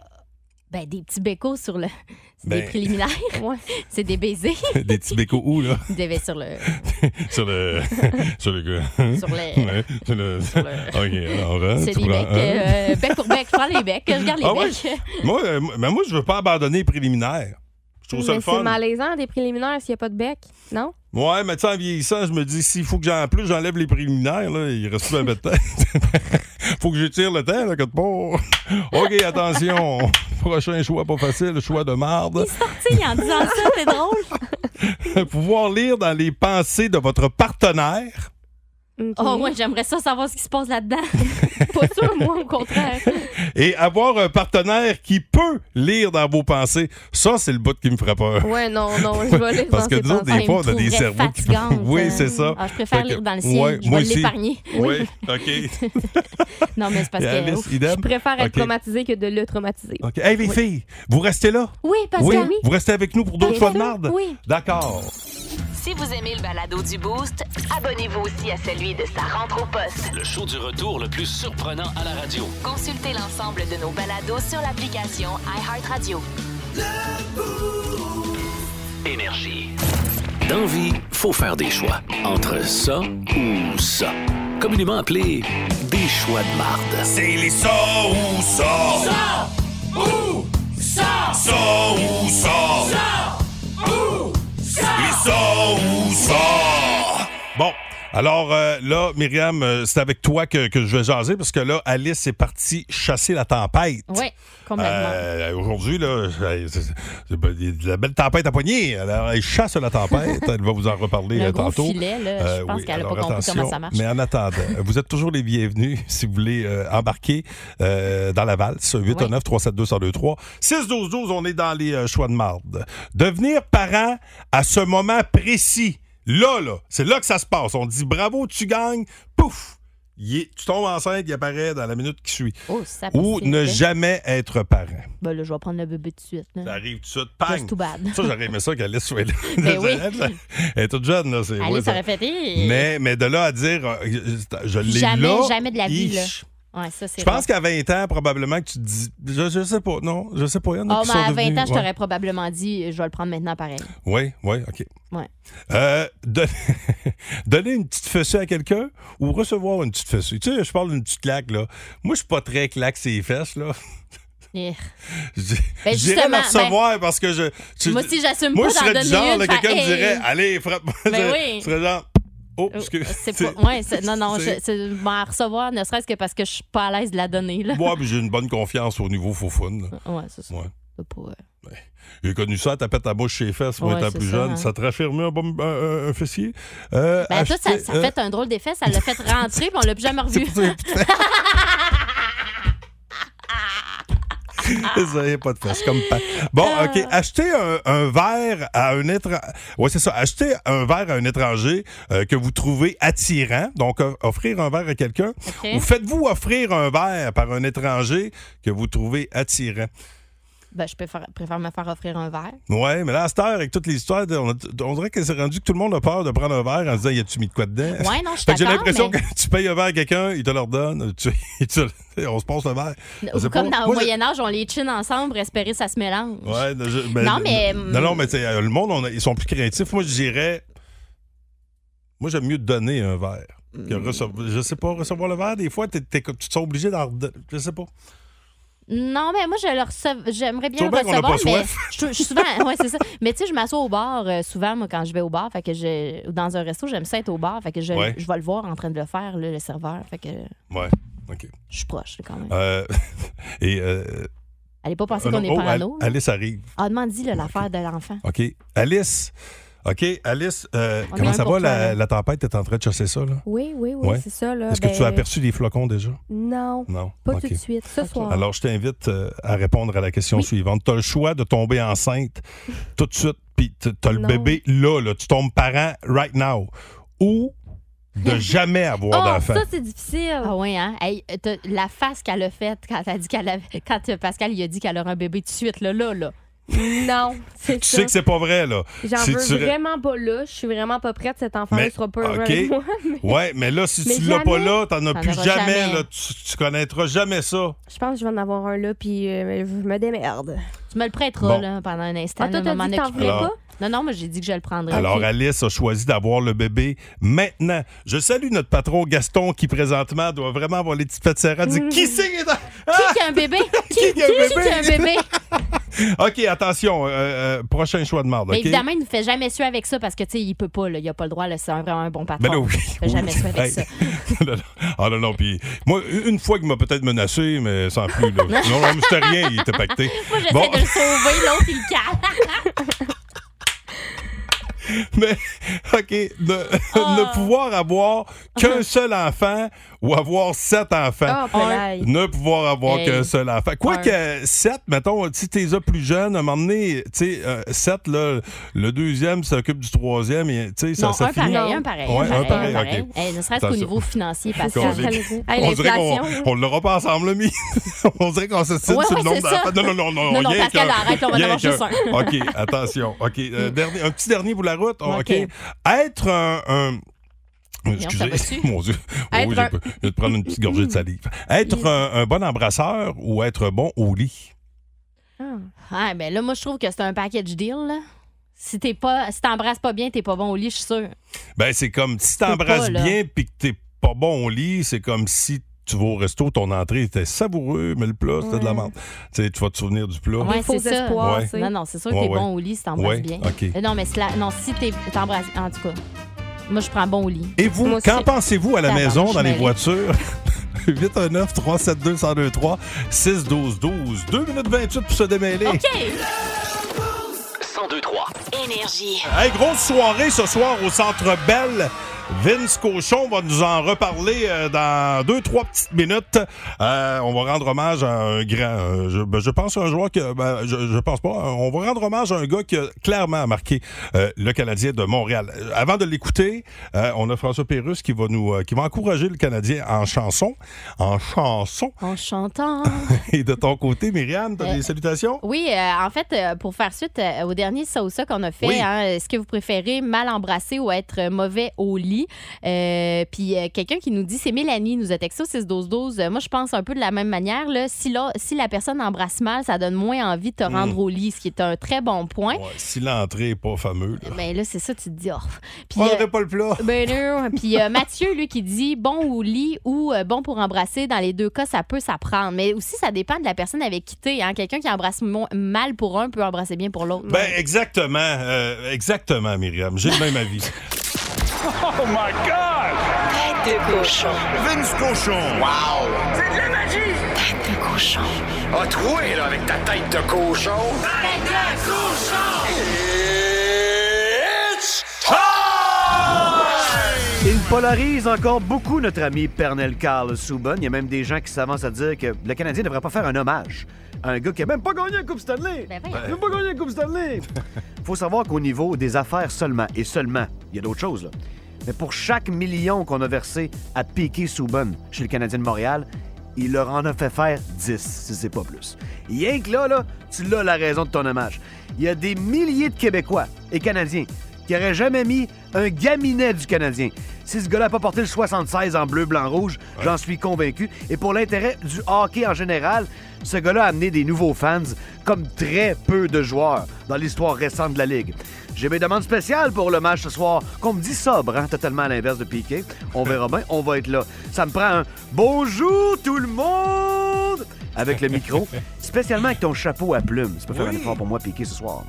Ben, des petits bécos sur [LAUGHS] le. C'est Ben- des préliminaires. [LAUGHS] C'est des baisers. [LAUGHS] Des petits bécos où, [LAUGHS] là? Des baisers sur le. [LAUGHS] sur le. sur le gars. Sur le- [LAUGHS] Ouais, sur le- [LAUGHS] OK, alors. hein, C'est tu des prends becs. un. euh, bec pour bec. Je prends les becs. Je garde les Ah ouais? becs. [LAUGHS] Moi, euh, mais moi, je veux pas abandonner les préliminaires. Je trouve ça Mais le c'est fun. malaisant des préliminaires s'il n'y a pas de bec, non? Ouais, mais tu sais, en vieillissant, je me dis, s'il faut que j'en plus, j'enlève les préliminaires, là, il reste plus un peu de temps. [LAUGHS] faut que j'étire le temps, là, que de pas. [LAUGHS] OK, attention. [LAUGHS] Prochain choix pas facile, choix de marde. Tu sais, en disant ça, c'est drôle. [LAUGHS] Pouvoir lire dans les pensées de votre partenaire. Oh, ouais, j'aimerais ça savoir ce qui se [LAUGHS] passe là-dedans. Pas sûr, moi, au [LAUGHS] contraire. Et avoir un partenaire qui peut lire dans vos pensées, ça, c'est le bout qui me fera peur. Ouais, non, non, je vais lire Parce dans que ses nous autres, pensées. des fois, on a des cerveaux qui. fatigante, [LAUGHS] Oui, hein. c'est ça. Ah, je préfère Fait que- lire dans le ciel, je moi vais aussi. l'épargner. Oui, [LAUGHS] OK. Non, mais c'est parce Et que. Alice, ouf. idem? Je préfère être Ok. traumatisé que de le traumatiser. OK. Hey, les Oui. filles, vous restez là? Oui, parce oui? que- oui. Vous restez avec nous pour d'autres Bien fois de sûr, marde? oui. D'accord. Si vous aimez le balado du Boost, abonnez-vous aussi à celui de sa rentre au poste. Le show du retour le plus surprenant à la radio. Consultez l'ensemble de nos balados sur l'application iHeartRadio. Énergie. Dans vie, faut faire des choix. Entre ça ou ça. Communément appelé des choix de marde. C'est les ça ou Ça ou ça. Ça ou ça. Ça ou ça. Les ça ou ça. Alors euh, là, Myriam, euh, c'est avec toi que, que je vais jaser parce que là, Alice est partie chasser la tempête. Oui, complètement. Euh, Aujourd'hui, là, c'est- c'est- c'est pas- il y a de la belle tempête à poignée. Alors, elle chasse la tempête. Elle va vous en reparler Le euh, gros tantôt. Euh, filet, là, je pense qu'elle a alors, pas compris comment ça marche. Mais en attendant, vous êtes toujours les bienvenus si vous voulez euh, embarquer euh, dans la valse. 819 372 1023 6 12 12 on est dans les euh, choix de marde. Devenir parent à ce moment précis. Là, là, c'est là que ça se passe. On dit bravo, tu gagnes. Pouf! Il est- tu tombes enceinte, il apparaît dans la minute qui suit. Oh, ça Ou passe, ne c'est- jamais être parent. Ben là, je vais prendre le bébé tout de suite. là. Ça arrive tout de suite, pang! Just too bad. Ça, j'aurais aimé ça qu'Alice soit [LAUGHS] là. Ben oui. Elle, est toute jeune, là. c'est- ouais, Allez, ça ça- aurait fait. eh, mais, mais de là à dire, euh, je, je l'ai Jamais, là, jamais de la vie, là. ich. Ouais, ça, c'est Je pense rare. qu'à 20 ans, probablement que tu te dis. Je, je sais pas, non, je sais pas. Il y en a Oh, qui mais sont à 20 ans, devenus- je t'aurais probablement dit, euh, je vais le prendre maintenant pareil. ouais. Oui, oui, OK. Ouais. Euh, don- [LAUGHS] donner une petite fessée à quelqu'un ou recevoir une petite fessée. Tu sais, je parle d'une petite claque, là. Moi, je suis pas très claque ses fesses, là. Eh. [LAUGHS] Je Ben, je dirais la justement, ben, recevoir parce que je. tu- moi aussi, j'assume Moi, pas je d'en serais du donner genre, une, là, faire, quelqu'un me hey. dirait, allez, frappe-moi. Ben Je- oui. Euh, Je serais genre, oh, excuse. ben, [LAUGHS] C'est pas. Ouais, c'est- non, non, je, c'est- c'est- je vais en recevoir, ne serait-ce que parce que je suis pas à l'aise de la donner, là. Moi, j'ai une bonne confiance au niveau faux fun. Ouais, c'est ça. euh. Ouais. Ben, J'ai connu ça, t'as pété ta bouche chez les fesses, moi, Ouais, étant c'est plus ça, jeune. hein. Ça te raffermait un, bon- un- un- un fessier. Euh, Ben, toi, ça, acheter- ça euh, fait un drôle d'effet, ça l'a fait rentrer, puis on l'a plus [LAUGHS] jamais revu. [LAUGHS] Désolé, pas de fesses, comme pas. Bon, Ah. OK. Acheter un, un verre à un étranger. Ouais, c'est ça. Acheter un verre à un étranger euh, que vous trouvez attirant. Donc, o- offrir un verre à quelqu'un. OK. Ou faites-vous offrir un verre par un étranger que vous trouvez attirant. ben, je préfère, préfère me faire offrir un verre. Ouais, mais là, à cette heure, avec toutes les histoires, on, a- on dirait que c'est rendu que tout le monde a peur de prendre un verre en se disant, y a-tu mis de quoi dedans? Ouais, non, je suis Fait que J'ai d'accord, l'impression mais- que [LAUGHS] tu payes un verre à quelqu'un, il te le redonne, tu, [LAUGHS] il te- on se passe le verre. Je sais Ou comme pas. dans au Moi, j'ai- Moyen-Âge, on les chine ensemble, espérer ça se mélange. Ouais, je- Non, mais- Non, mm. non, mais tu sais, euh, le monde, on a- ils sont plus créatifs. Moi, je dirais. Moi, j'aime mieux donner un verre. Que Mm. recevoir, je sais pas, recevoir le verre, des fois, t'es- t'es comme- tu te sens obligé d'en redonner. Je sais pas. Non, mais moi, je le rece- j'aimerais bien Tu le vois bien qu'on a recevoir, pas mais soif. je, je suis souvent, [LAUGHS] ouais, c'est ça. Mais tu sais, je m'assois au bar euh, souvent, moi, quand je vais au bar, fait que je, ou dans un resto, j'aime ça être au bar, fait que je, Ouais. je vais le voir en train de le faire, là, le serveur, fait que Ouais, OK. je suis proche, quand même. Euh, [LAUGHS] et. Euh, Allez pas penser euh, qu'on est oh, parano. Al- Alice arrive. Ah, demande-y, là, l'affaire de l'enfant. OK. Alice. OK, Alice, euh, On est comment un ça pour va? toi, la, là. la tempête est en train de chasser ça, là? Oui, oui, oui, Ouais. c'est ça. là. Est-ce que tu Ben, as aperçu des flocons déjà? Non. Non. Pas OK. tout de suite. Ce soir. Alors, je t'invite euh, à répondre à la question suivante. Tu as le choix de tomber enceinte tout de suite, puis tu as le Non. bébé là, là, tu tombes parent right now, ou [LAUGHS] de jamais avoir Oh, Ah, d'enfant. c'est difficile. Ah oui, hein? Hey, t'as- la face qu'elle a faite quand, elle a dit qu'elle avait- quand euh, Pascal lui a dit qu'elle aurait un bébé tout de suite, là, là, là. Non, c'est Tu ça. sais que c'est pas vrai, là. J'en Si veux tu- vraiment pas là. Je suis vraiment pas prête. Cet enfant-là Mais- sera pas heureux OK. avec moi. [LAUGHS] mais- [LAUGHS] Ouais, mais là, si Mais tu l'as pas jamais. là, t'en as T'en plus auras jamais, jamais. là. Tu, tu connaîtras jamais ça. Je pense que je vais en avoir un là, puis euh, je me démerde. Tu me le prêteras, Bon. là, pendant un instant. Ah, toi, là, t'as m'en dit que t'en occuperai. voulais Non, non, moi, j'ai dit que je le prendrais. Alors, Ok. Alice a choisi d'avoir le bébé maintenant. Je salue notre patron Gaston qui, présentement, doit vraiment avoir les petites pattes serrées. Mm. Dire, Qui c'est [LAUGHS] qui est dans- Qui qui a un bébé? Qui, [LAUGHS] Qui qui a un qui qui bébé? Ah, a un [LAUGHS] bébé? OK, attention, euh, euh, prochain choix de marde. Mais OK? évidemment, il ne fait jamais suer avec ça parce que, tu sais, il peut pas, là. Il a pas le droit, là. C'est un- vraiment un bon patron. Ben là, oui. Il fait oui. jamais suer avec Hey. ça. [LAUGHS] Non, non. Ah non, non, puis moi, une fois qu'il m'a peut-être menacé, mais sans plus. [LAUGHS] Là. Non, non, mais c'était rien, il était pacté. Moi, j'essaie Bon, de le sauver, l'autre, il le cale. mais, [LAUGHS] OK, de- Oh. [LAUGHS] ne pouvoir avoir Uh-huh. qu'un seul enfant ou avoir sept enfants. Oh, Ah, ben pelaille. ne pouvoir avoir Hey. qu'un seul enfant. Quoique Ouais. sept, mettons, si t'es là plus jeune, à un moment donné, tu sais, euh, sept, là, le deuxième s'occupe du troisième, et tu sais, ça, non, ça un, finit. pareil, un pareil, Ouais, un pareil, ok. un pareil. Eh, ne serait-ce qu'au Attention. niveau financier, On Pascal. [LAUGHS] dirait on dirait qu'on on l'aura pas ensemble, là, mais [LAUGHS] on dirait qu'on se Ouais, sur ouais, le nombre c'est ça. d'enfants. Non, non, non, non, Non, non, rien Pascal, qu'un. arrête, on va en Rien avoir juste qu'un. un. OK, attention. [LAUGHS] OK, euh, dernier- un petit dernier pour la route. OK. OK. Être un... un- ça va-tu? Excusez, [LAUGHS] mon Dieu. Oh, Être j'ai un- pas- je vais te prendre une petite gorgée de salive. Être un, un bon embrasseur ou être bon au lit? Ah, ben là, moi, je trouve que c'est un package deal, là. Si t'es pas, si t'embrasses pas bien, t'es pas bon au lit, je suis sûre. Ben, c'est comme si peux t'embrasses pas, là. bien puis que t'es pas bon au lit, c'est comme si tu vas au resto, ton entrée était savoureux, mais le plat, c'était de la Ouais. merde. Tu sais, tu vas te souvenir du plat. Ouais, c'est ça. Ouais. Non, non, c'est sûr que Ouais, t'es ouais. bon au lit si t'embrasses Ouais, bien. OK. Euh, Non, mais c'est la- non, si t'es- t'embrasses. En tout cas. Moi, je prends bon au lit. Et vous, Moi qu'en aussi. pensez-vous à la Tabarnak, maison, je dans les mêle. voitures? [LAUGHS] 819 372 1023 6 12 12 2 minutes 28 pour se démêler. OK! 1023. Énergie. Hey, grosse soirée ce soir au Centre Belle. Vince Cochon va nous en reparler euh, dans deux, trois petites minutes. Euh, on va rendre hommage à un grand. euh, je, ben, je pense à un joueur que. ben, je, je pense pas. On va rendre hommage à un gars qui a clairement marqué euh, le Canadien de Montréal. Euh, Avant de l'écouter, euh, on a François Pérus qui va nous euh, qui va encourager le Canadien en chanson. En chanson. [LAUGHS] En chantant. Et de ton côté, Myriam, t'as Euh, des salutations? Oui, euh, en fait, euh, pour faire suite euh, au dernier ça ou ça qu'on a fait, Oui. hein, est-ce que vous préférez mal embrasser ou être mauvais au lit? Euh, Puis euh, quelqu'un qui nous dit, c'est Mélanie, nous a texté au 6-12-12. Euh, moi, je pense un peu de la même manière. Là, si, la, si la personne embrasse mal, ça donne moins envie de te rendre au lit, ce qui est un très bon point. Hmm. Ouais, si l'entrée n'est pas fameuse. là. Mais Ben, là, c'est ça, tu te dis, oh. Puis, Prendrais euh, pas le plat. Ben [LAUGHS] non. Puis euh, Mathieu, lui, qui dit bon au lit ou euh, bon pour embrasser, dans les deux cas, ça peut s'apprendre. Mais aussi, ça dépend de la personne avec qui t'es. Hein. Quelqu'un qui embrasse mo- mal pour un peut embrasser bien pour l'autre. Ben, exactement. euh, exactement, Myriam. J'ai le même avis. Oh my God! Tête de cochon. Vince cochon. Wow! C'est de la magie! Tête de cochon. A troué, là, avec ta tête de cochon. Tête de cochon! It's Il polarise encore beaucoup notre ami Pernel Carl Souban. Il y a même des gens qui s'avancent à dire que le Canadien ne devrait pas faire un hommage à un gars qui a même pas gagné la Coupe Stanley. Ben Il a pas gagné la Coupe Stanley. [LAUGHS] faut savoir qu'au niveau des affaires seulement, et seulement, il y a d'autres choses, là. Mais pour chaque million qu'on a versé à Piqué Souban chez le Canadien de Montréal, il leur en a fait faire 10, si c'est pas plus. Rien que là, là, tu l'as la raison de ton hommage. Il y a des milliers de Québécois et Canadiens qui n'auraient jamais mis un gaminet du Canadien. Si ce gars-là n'a pas porté le 76 en bleu, blanc, rouge, j'en suis convaincu. Et pour l'intérêt du hockey en général, ce gars-là a amené des nouveaux fans comme très peu de joueurs dans l'histoire récente de la Ligue. J'ai mes demandes spéciales pour le match ce soir, qu'on me dit sobre, hein, totalement à l'inverse de Piquet. On verra bien, on va être là. Ça me prend un « Bonjour tout le monde !» avec le micro, spécialement avec ton chapeau à plumes. Tu peux faire un effort pour moi, Piquet, ce soir.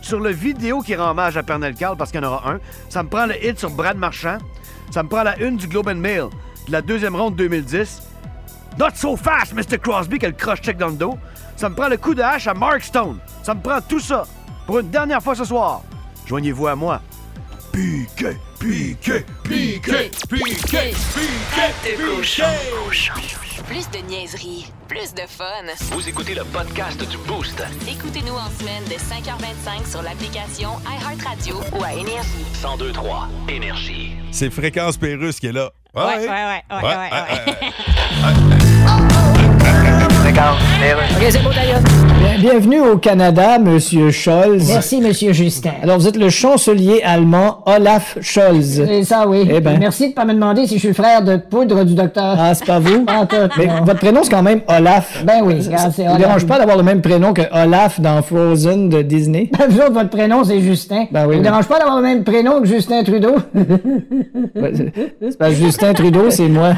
Sur le vidéo qui rend hommage à Pernel Carl, parce qu'il y en aura un, ça me prend le hit sur Brad Marchand, ça me prend la une du Globe and Mail de la deuxième ronde 2010, Not so fast, Mr. Crosby, qu'elle croche-check dans le dos. Ça me prend le coup de hache à Mark Stone. Ça me prend tout ça pour une dernière fois ce soir. Joignez-vous à moi. Piqué, piqué, piqué, piqué. Tête de cochon. Plus de niaiserie, plus de fun. Vous écoutez le podcast du Boost. Écoutez-nous en semaine de 5h25 sur l'application iHeartRadio ou à Énergie. 1023 Énergie. [LAUGHS] C'est Fréquence Pérus qui est là. Euh, Ouais, ouais, ouais, ouais, ouais, euh, Ok, c'est beau, d'ailleurs. Bienvenue au Canada, Monsieur Scholz. Merci, Monsieur Justin. Alors, vous êtes le chancelier allemand Olaf Scholz. C'est Euh, ça, oui. Eh ben. Merci de pas me demander si je suis le frère de poudre du docteur. Ah, c'est pas [LAUGHS] vous? En tout, Mais non. votre prénom, c'est quand même Olaf. Ben oui, Ça- regarde, ça c'est vous Olaf. dérange pas d'avoir le même prénom que Olaf dans Frozen de Disney? Ben, [LAUGHS] vous autres, votre prénom, c'est Justin. Ben oui, Ça vous mais- dérange pas d'avoir le même prénom que Justin Trudeau? [LAUGHS] Ben, c'est- c'est parce que Justin Trudeau, c'est moi.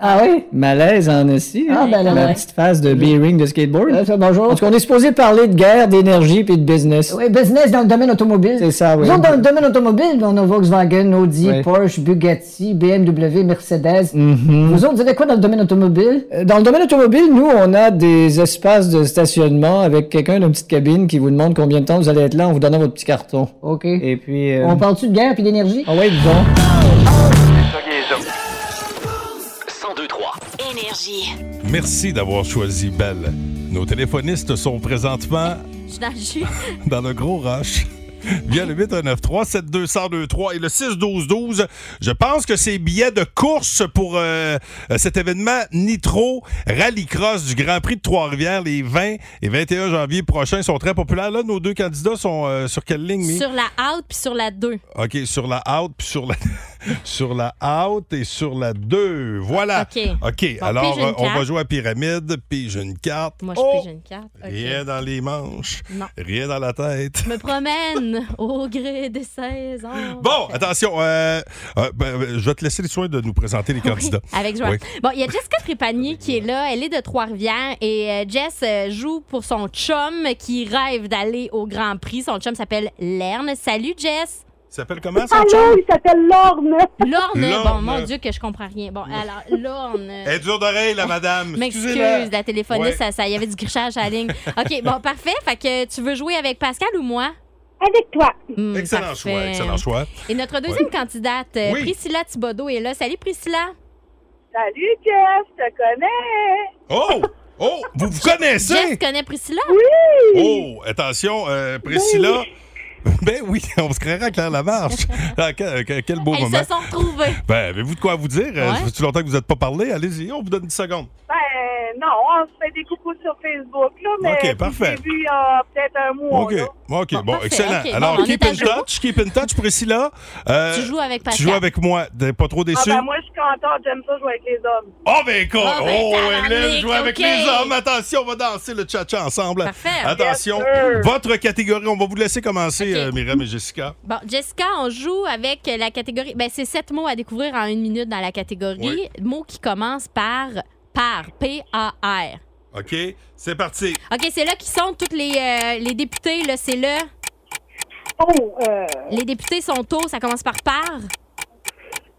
ah oui? Malaise en aussi. Ah, ben là, Ma ouais. petite face de bearing de skateboard. bonjour. En tout cas, on est supposé parler de guerre, d'énergie puis de business. Oui, business dans le domaine automobile. C'est ça, oui. Nous autres, dans le domaine automobile, on a Volkswagen, Audi, Oui. Porsche, Bugatti, BMW, Mercedes. Mhm. Vous autres, vous avez quoi dans le domaine automobile? Euh, Dans le domaine automobile, nous, on a des espaces de stationnement avec quelqu'un d'une petite cabine qui vous demande combien de temps vous allez être là en vous donnant votre petit carton. OK. Et puis... euh, On parle-tu de guerre puis d'énergie? Ah ouais, dis donc. Ben, euh. 1023 Énergie. Merci d'avoir choisi Belle. Nos téléphonistes sont présentement Je suis dans [LAUGHS] le jus. dans le gros rush. [LAUGHS] Via le 819 372 1023 et le 612 12. Je pense que c'est billets de course pour euh, cet événement Nitro Rallycross du Grand Prix de Trois-Rivières les 20 et 21 janvier prochains sont très populaires. Là, nos deux candidats sont euh, sur quelle ligne? Mi? Sur la out puis sur la 2. OK, sur la out, puis sur la, [LAUGHS] sur la out et sur la 2. Voilà. Ah, OK. OK, Bon, alors pige une euh, on va carte. jouer à pyramide, pige une carte. Moi, je Oh! pige une carte. OK. Rien dans les manches, Non. rien dans la tête. Je me promène au gré des saisons. Bon, attention, euh, euh, ben, ben, je vais te laisser les soins de nous présenter les candidats. Avec joie. Oui. Bon, il y a Jessica Trépanier qui est là. Elle est de Trois-Rivières et euh, Jess euh, joue pour son chum qui rêve d'aller au Grand Prix. Son chum s'appelle Lerne. Salut, Jess. Il s'appelle comment, son Allô, chum? Oh, il s'appelle Lorne. Lorne, bon, Lorne. mon Dieu, que je comprends rien. Bon, alors, Lorne. Elle est dure d'oreille, la madame. Oh, M'excuse, Excusez-la. la téléphoniste, Ouais. ça, ça- il y avait du grichage à la ligne. OK, bon, parfait. Fait que tu veux jouer avec Pascal ou moi? Avec toi. Excellent choix, excellent choix. Et notre deuxième Ouais. candidate, euh, Oui. Priscilla Thibodeau, est là. Salut, Priscilla. Salut, Jeff, je te connais. Oh! Oh! Vous vous Jess connaissez? connais Priscilla? Oh! Attention, euh, Priscilla. [LAUGHS] Ben oui, on se créera à [LAUGHS] Claire Lamarche. Ah, que- que- quel beau Elles moment. se sont retrouvées. Ben, avez-vous de quoi vous dire? Euh, Ouais. Ça fait longtemps que vous n'êtes pas parlé? Allez-y, on vous donne 10 secondes. Ben, non, on se fait des coucous sur Facebook, là, mais Ok, je parfait. l'ai vu il y a peut-être un mois. OK, là. OK, bon, parfait, excellent. ok, Alors, bon, on keep est à in jour. touch, keep in touch, Priscilla. Euh, Tu joues avec Tu Pascal. joues avec moi, T'es pas trop Ah déçu? ben moi je suis contente, j'aime ça jouer avec les hommes. Oh, ben, con! Ah, ben, oh, tabarnak, Hélène, jouer avec ok. les hommes. Attention, on va danser le cha-cha ensemble. Parfait. Attention, Yes, sir. votre catégorie, on va vous laisser commencer, euh, Myriam et Jessica. Bon, Jessica, on joue avec la catégorie. Ben, c'est sept mots à découvrir en une minute dans la catégorie. Mots qui commencent par par, P-A-R. OK, c'est parti. OK, c'est là qui sont tous les, euh, les députés, là, c'est là. Oh, euh. Les députés sont tôt, ça commence par par.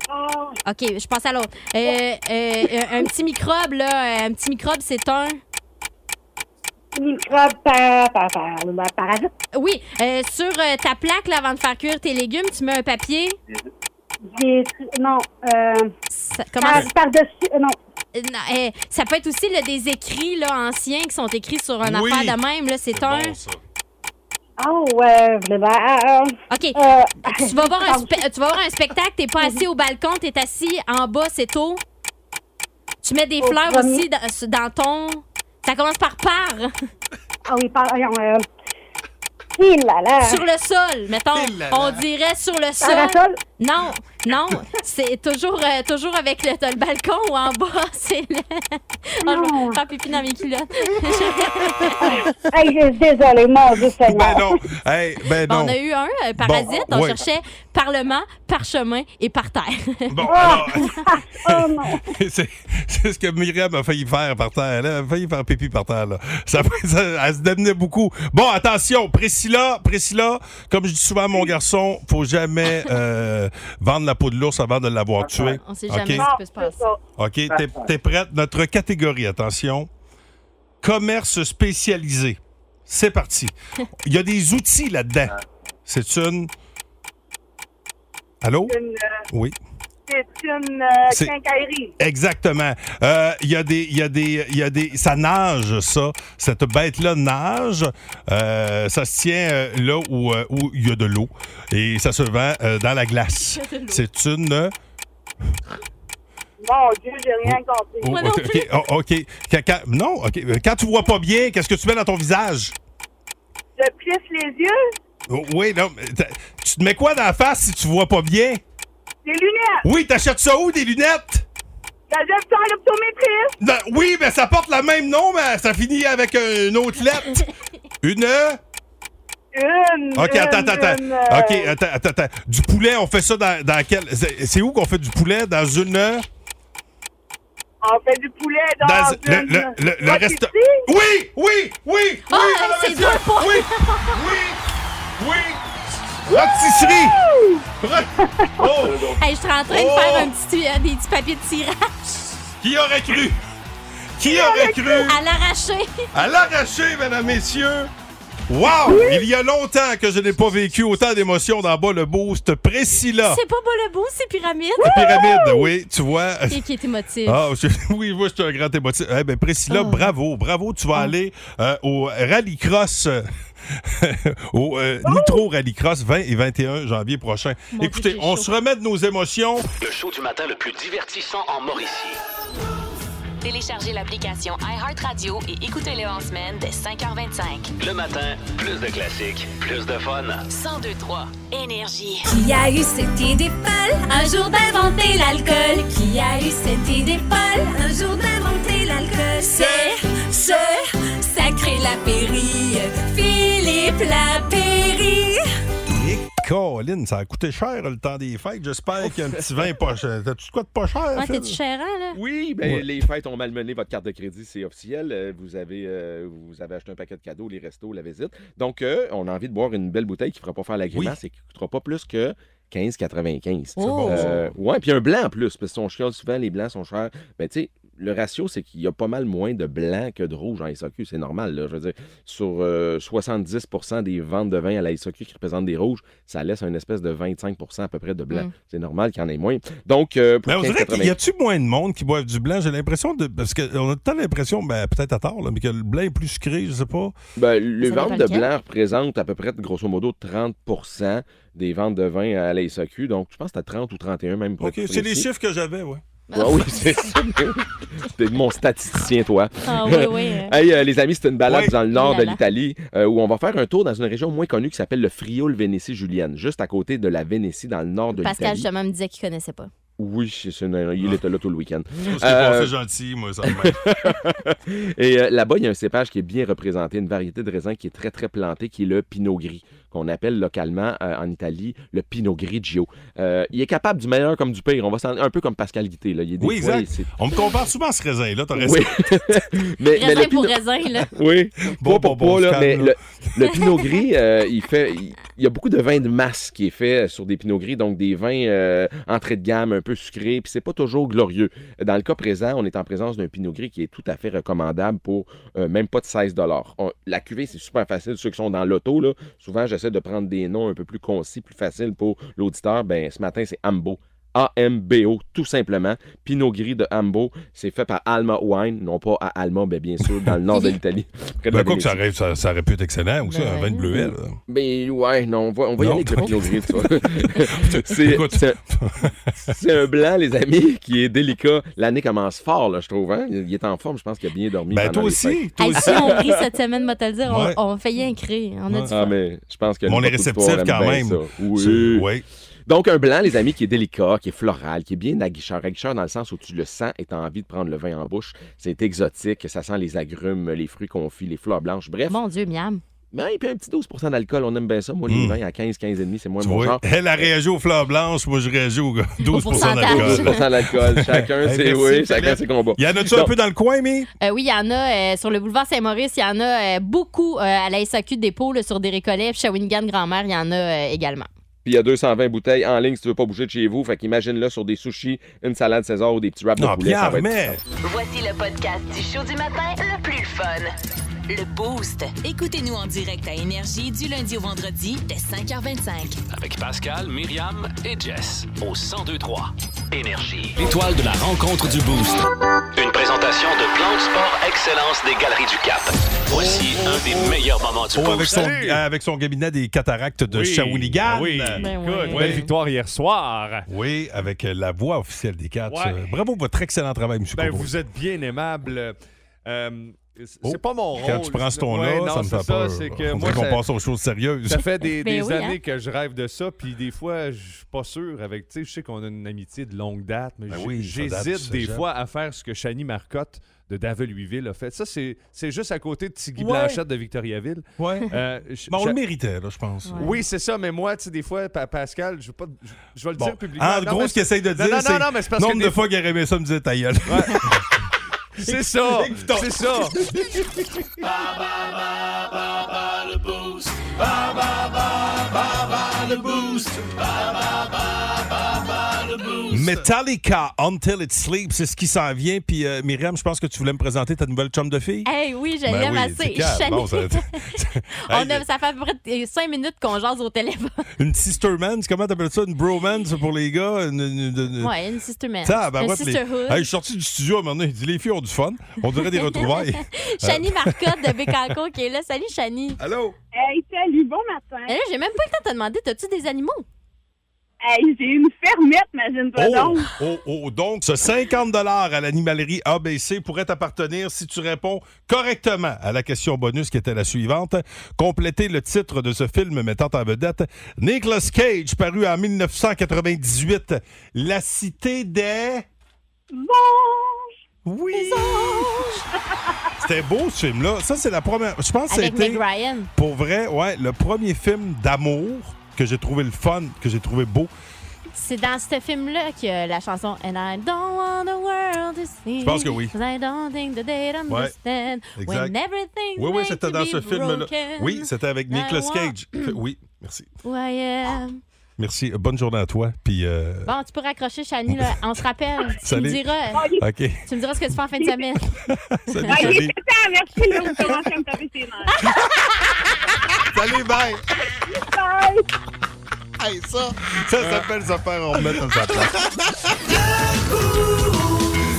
Oh, OK, je passe à l'autre. Euh, euh, euh, un petit microbe, là, euh, un petit microbe, c'est un... Microbe par, par, par, par- parasite. Oui, euh, sur euh, ta plaque, là, avant de faire cuire tes légumes, tu mets un papier. Des- non, euh, comment- par, dessus non. Euh, non, euh, ça peut être aussi là, des écrits là, anciens qui sont écrits sur un Oui. affaire de même. là, C'est un... Oh ouais, Euh, vraiment. OK. tu, vas voir un spe- tu vas voir un spectacle, t'es pas Mhm. assis au balcon, t'es assis en bas, c'est tôt. Tu mets des Au fleurs premier. aussi dans, sur- dans ton... Ça commence par par. [LAUGHS] Ah oui, par, voyons, euh, hi là là. Sur le sol, mettons. Eh là là. On dirait sur le sol. Parasol? Non, non. C'est toujours, euh, toujours avec le, t'as le balcon ou en bas. [LAUGHS] C'est le... Oh, je vais faire pipi dans mes [LAUGHS] culottes. [LAUGHS] Hey, je suis désolée, mon Dieu Seigneur. Non, hey, ben Bon, non. on a eu un, euh, parasite. Bon, on ouais. cherchait parlement, parchemin et parterre. [LAUGHS] Bon, alors- [LAUGHS] c'est c'est ce que Myriam a failli faire par terre. Elle a failli faire pipi par terre. Là. Ça, [LAUGHS] ça- elle se démenait beaucoup. Bon, attention, Priscilla, Priscilla, comme je dis souvent à mon garçon, faut jamais euh, [LAUGHS] vendre la peau de l'ours avant de l'avoir tué. on sait Ben, OK? jamais ce qui peut se passer. OK, t'es- t'es prête? Notre catégorie, attention. Commerce spécialisé. C'est parti. Il y a des outils là-dedans. C'est une. Allô? C'est une, euh, Oui. C'est une euh, C'est- quincaillerie. Exactement. Euh, Il y a des, il y a des, il y a des. Ça nage, ça. Cette bête-là nage. Euh, ça se tient euh, là où euh, où il y a de l'eau et ça se vend euh, dans la glace. Il y a de l'eau. C'est une. euh, Mon Dieu, j'ai rien compris. Oh, ok, ok, oh, ok. Quand- quand- non, ok. Quand tu vois pas bien, qu'est-ce que tu mets dans ton visage? Je plisse les yeux, Oh, oui, non. mais t'as- Tu te mets quoi dans la face si tu vois pas bien? des lunettes. Oui, t'achètes ça où des lunettes? J'achète ça à l'optométriste. Non, oui, mais ça porte le même nom, mais ça finit avec euh, une autre lettre. Une. euh, Une. OK, attends, une, attends, attends. une, euh, OK, attends, attends, attends. Du poulet, on fait ça dans, dans quel. c'est- C'est où qu'on fait du poulet? Dans une. euh, On fait du poulet dans, Dans le- une... le- le- le Ah, resta- tu sais? Oui, oui, oui, Ah, oui, madame c'est Mathieu, deux points. oui, oui, oui. Rotisserie. Rot- Oh, Hey, je suis en train de Oh! faire un petit, euh, des petits papiers de tirage. [LAUGHS] qui aurait cru? Qui aurait cru? À l'arracher. À l'arraché, mesdames, messieurs. Wow! Il y a longtemps que je n'ai pas vécu autant d'émotions dans bas le boost. Priscilla. C'est pas beau le bout, c'est pyramide. Pyramide, oui, tu vois. Et qui est émotif. Ah, je- [LAUGHS] oui, moi, je suis un grand émotif. Eh ben, Ah. Priscilla, bravo, bravo. Tu vas aller euh, au Rallycross, euh, [LAUGHS] au euh, Nitro Rallycross, 20 et 21 janvier prochain. Oh! Mon Écoutez, Dieu, j'ai on chaud. se remet de nos émotions. Le show du matin le plus divertissant en Mauricie. [LAUGHS] Téléchargez l'application iHeartRadio et écoutez-le en semaine dès 5h25. Le matin, plus de classiques, plus de fun. 1023 Énergie. Qui a eu cette idée folle un jour d'inventer l'alcool? Qui a eu cette idée folle un jour d'inventer l'alcool? C'est ce sacré Lapéry, Philippe Lapéry. Et Colin, ça a coûté cher le temps des fêtes. J'espère qu'il y a un petit vin pas cher. T'as-tu de quoi de pas cher? Ah, Phil? t'es-tu chérant, là? Oui, ben, Ouais. les fêtes ont malmené votre carte de crédit, c'est officiel. Euh, Vous avez, euh, vous avez acheté un paquet de cadeaux, les restos, la visite. Donc, euh, on a envie de boire une belle bouteille qui ne fera pas faire la grimace et qui ne coûtera pas plus que 15,95. Oh! C'est bon, Euh, ouais, puis un blanc en plus, parce qu'on chiale souvent, les blancs sont chers. Ben, tu sais, le ratio, c'est qu'il y a pas mal moins de blanc que de rouge en SAQ. C'est normal, là. Je veux dire, sur euh, 70 des ventes de vin à la SAQ qui représentent des rouges, ça laisse une espèce de 25 à peu près de blanc. Mm. C'est normal qu'il y en ait moins. Donc, euh, pour Mais Ben, on dirait 15,95. qu'il y a-tu moins de monde qui boivent du blanc? J'ai l'impression de. Parce qu'on a tant l'impression, ben, peut-être à tort, là, mais que le blanc est plus sucré, je sais pas. Ben, les Ça dépend ventes de lequel. blanc représentent à peu près, grosso modo, 30 des ventes de vin à la SAQ. Donc, je pense que c'est à 30 ou 31 même. pour OK, être c'est les précis. chiffres que j'avais, ouais. Ouais, Ah [LAUGHS] oui, c'est ça. T'es mon statisticien, toi. Ah oui, [LAUGHS] oui. hey, euh, les amis, c'est une balade Oui. dans le nord de Oulala. l'Italie euh, où on va faire un tour dans une région moins connue qui s'appelle le Frioul-Vénétie julienne, juste à côté de la Vénétie dans le nord de Pascal, l'Italie. justement, me disait qu'il connaissait pas. Oui, c'est une- il était là tout le week-end. Ah. Je suis Euh, passé gentil, moi, ça. me- [LAUGHS] Et euh, là-bas, il y a un cépage qui est bien représenté, une variété de raisin qui est très, très plantée, qui est le Pinot Gris, qu'on appelle localement euh, en Italie le Pinot Grigio. Euh, il est capable du meilleur comme du pire. On va s'en- un peu comme Pascal Guité. Là. Il est des Oui, fois, exact. c'est- On me compare souvent à ce raisin-là, t'as raison. Oui. [LAUGHS] mais, mais raisin le pour Pinot- raisin, là. oui, Bon, bon, bon, pour bon, on pas, se là, calme, mais là. le, le Pinot Gris, euh, il fait, il, il y a beaucoup de vin de masse qui est fait sur des Pinot Gris, donc des vins euh, entrée de gamme, un peu sucrés, puis c'est pas toujours glorieux. Dans le cas présent, on est en présence d'un Pinot Gris qui est tout à fait recommandable pour euh, même pas de 16 On- La cuvée, c'est super facile. Ceux qui sont dans l'auto, là, souvent, j'essaie de prendre des noms un peu plus concis, plus faciles pour l'auditeur. Ben, ce matin, c'est Ambo. AMBO, tout simplement. Pinot Gris de Ambo, c'est fait par Alma Wine, non pas à Alma, mais bien sûr, dans le [LAUGHS] nord de l'Italie. près de Ben, la quoi que ça Vénétie. aurait, ça, ça aurait pu être excellent aussi, un vin de bleuet, là. Ben ouais, non, on va, on va y Non, aller avec le t'as- Pinot Gris, tu vois. c'est, [LAUGHS] Écoute. c'est un- c'est un blanc, les amis, qui est délicat. L'année commence fort, là, je trouve. hein. Il est en forme, je pense qu'il a bien dormi. Ben, pendant [LAUGHS] toi les aussi, fêtes. Hey, si on rit cette semaine, va te le dire, on- Ouais. on, fait rien créer. On a du Ah, fun. mais je pense que Mais on est n'importe où réceptif tu vas, on aime quand bien même. ça. C'est- Oui. oui. Donc, un blanc, les amis, qui est délicat, qui est floral, qui est bien aguicheur. Aguicheur dans le sens où tu le sens et tu as envie de prendre le vin en bouche. C'est exotique, ça sent les agrumes, les fruits confits, les fleurs blanches. Bref. Mon Dieu, miam. Mais puis un petit 12 d'alcool, on aime bien ça. Moi, les vins à 15, 15,5, c'est moins Mm. Tu mon vois, genre. elle a réagi aux fleurs blanches, moi je réagis aux 12 pourcentage. d'alcool. 12% [LAUGHS] d'alcool. Chacun Hey, ses- merci, oui, Philippe. chacun ses combats. Y en a-tu un Donc- peu dans le coin, mais Euh, oui, il y en a euh, sur le boulevard Saint-Maurice, il y en a euh, beaucoup euh, à la SAQ dépôt là, sur des récollets. Puis Shawinigan Grand-Mère, il y en a euh, également. Puis il y a 220 bouteilles en ligne si tu veux pas bouger de chez vous. Fait qu'imagine-le sur des sushis, une salade César ou des petits wraps de Non, poulet. ça Pierre, va être- mais- Voici le podcast du show du matin le plus fun. Le Boost. Écoutez-nous en direct à Énergie du lundi au vendredi dès 5h25. Avec Pascal, Myriam et Jess au 1023 Énergie. L'étoile de la rencontre du Boost. Une présentation de Plan de Sport Excellence des Galeries du Cap. Voici un des meilleurs moments du Oh, Boost. avec, son, avec son cabinet des cataractes de Oui, Shawinigan. oui. Ben Écoute, oui. belle victoire hier soir. Oui, avec euh, la voix officielle des Cats. Ouais. Euh, Bravo pour votre excellent travail, M. Ben, Cowboy. vous êtes bien aimable. Euh, c'est Oh, pas mon rôle. Quand tu prends ce ton-là, Ouais, non, ça me c'est fait peur. c'est On que dirait moi, qu'on ça- passe aux choses sérieuses. Ça fait des, [LAUGHS] Ben des oui, hein. années que je rêve de ça, puis des fois, je suis pas sûr avec. Tu sais, je sais qu'on a une amitié de longue date, mais Ben j'- oui, ça date du j'hésite des cégep. fois à faire ce que Chani Marcotte de Dave-Louisville a fait. Ça, c'est c'est juste à côté de Tiggy Ouais. Blanchette de Victoriaville. Ouais. Euh, [LAUGHS] je- Ben, on je- le méritait, là, je pense. Oui, c'est ça, mais moi, tu sais, des fois, Pa- Pascal, je veux pas- je- je vais le Bon. dire publiquement. En Non, Ah, gros, mais ce qu'il essaye de non, dire, non, non, c'est non, mais parce que nombre des de fois qu'il a aimé ça me disait ta gueule. C'est ça! C'est ça! [LAUGHS] Metallica, Until It Sleeps, c'est ce qui s'en vient. Puis euh, Myriam, je pense que tu voulais me présenter ta nouvelle chum de fille. Hey, oui, je Ben l'aime oui, assez. c'est calme. Chani- Bon, ça- [LAUGHS] On a- ça fait à peu près 5 minutes qu'on jase au téléphone. Une sisterman, comment t'appelles ça? Une bromance pour les gars? Une, une- une- une- Ouais, une sister man. Ça, ben, Une ouais, les- sisterhood. Euh, Hey, je suis sorti du studio à un moment donné, il dit, les filles ont du fun. On dirait [LAUGHS] des retrouvailles. Euh, Chani [LAUGHS] Marcotte de Bécancour qui est là. Salut, Chani. Allô? Hey, salut, bon matin. là, j'ai même pas le temps de te demander, t'as-tu des animaux? Hey, j'ai une fermette, imagine-toi Oh, donc. oh, oh, donc, ce 50 à l'animalerie ABC pourrait t'appartenir si tu réponds correctement à la question bonus qui était la suivante. Complétez le titre de ce film mettant en vedette Nicolas Cage, paru en 1998, La cité des... [LAUGHS] Oui! C'était beau ce film-là. Ça, c'est la première. Je pense que Avec c'était. Meg Ryan. Pour vrai, ouais, le premier film d'amour que j'ai trouvé le fun, que j'ai trouvé beau. C'est dans ce film-là que la chanson And I don't want the world to see. Je pense que oui. 'cause I don't think that they'd Ouais. understand when everything's oui, oui, meant c'était to dans be ce film-là. broken. Oui, c'était avec I Nicolas want- Cage. oui, merci. [CLEARS THROAT] Who I am. Merci. Euh, Bonne journée à toi. Puis, euh, Bon, tu peux raccrocher, Chani, là. On se [LAUGHS] rappelle. tu me Salut. diras. OK. Tu me diras ce que tu fais en fin de semaine. [LAUGHS] Salut, Ouais, Chani. j'ai fait merci, là, vous commencez à me taper ses nerfs. Salut, bye! Bye! Hey, ça, ça s'appelle se faire remettre à sa place.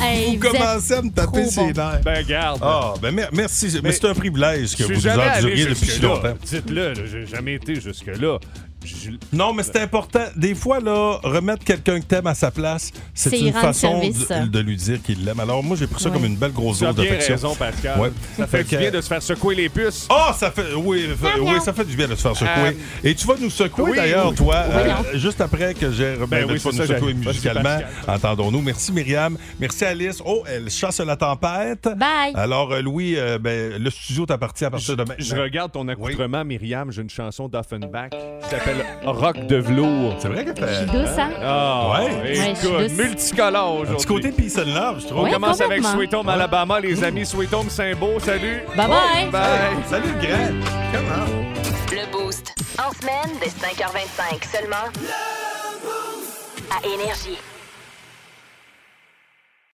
Hey, Vous vous êtes- commencez à me taper ses nerfs. Ben, garde. Ah, ben mer- merci. Mais, Mais c'est un privilège que Je suis vous nous jamais allé enduriez depuis si jusque-là. longtemps. Dites-le, là, j'ai jamais été jusque-là. Je- Non, mais c'est important. Des fois, là, remettre quelqu'un que t'aimes à sa place, c'est C'est y une rendre façon service. de, de lui dire qu'il l'aime. Alors, moi, j'ai pris ça Ouais. comme une belle grosse Tu as dose bien d'affection. raison, Pascal. Ouais. Ça fait du que- bien de se faire secouer les puces. Ah, ça fait. Oui, fait- oui, ça fait du bien de se faire secouer. Et tu vas nous secouer Euh, oui. d'ailleurs, toi, Oui. euh, juste après que j'ai ben, Ben oui, tu vas c'est nous ça, secouer j'allais- musicalement. Pascal. Entendons-nous. Merci Myriam. Merci Alice. Oh, elle chasse la tempête. Bye. Alors, euh, Louis, euh, ben, le studio t'appartient à partir de maintenant. Je regarde ton accoutrement, Myriam. J'ai une chanson d'Offenbach qui s'appelle Rock de velours. C'est vrai que t'as. Je suis douce, hein? Ah, Ouais. Ouais, je suis écoute, douce. multicolore Un petit aujourd'hui. côté Peace and Love, je trouve. On commence avec complètement. Sweet Home Alabama, les amis. Sweet Home Saint-Beau, salut. Bye bye. Oh, bye. Salut, le grand. Comment? Le Boost. En semaine, dès 5h25 seulement. À Énergie.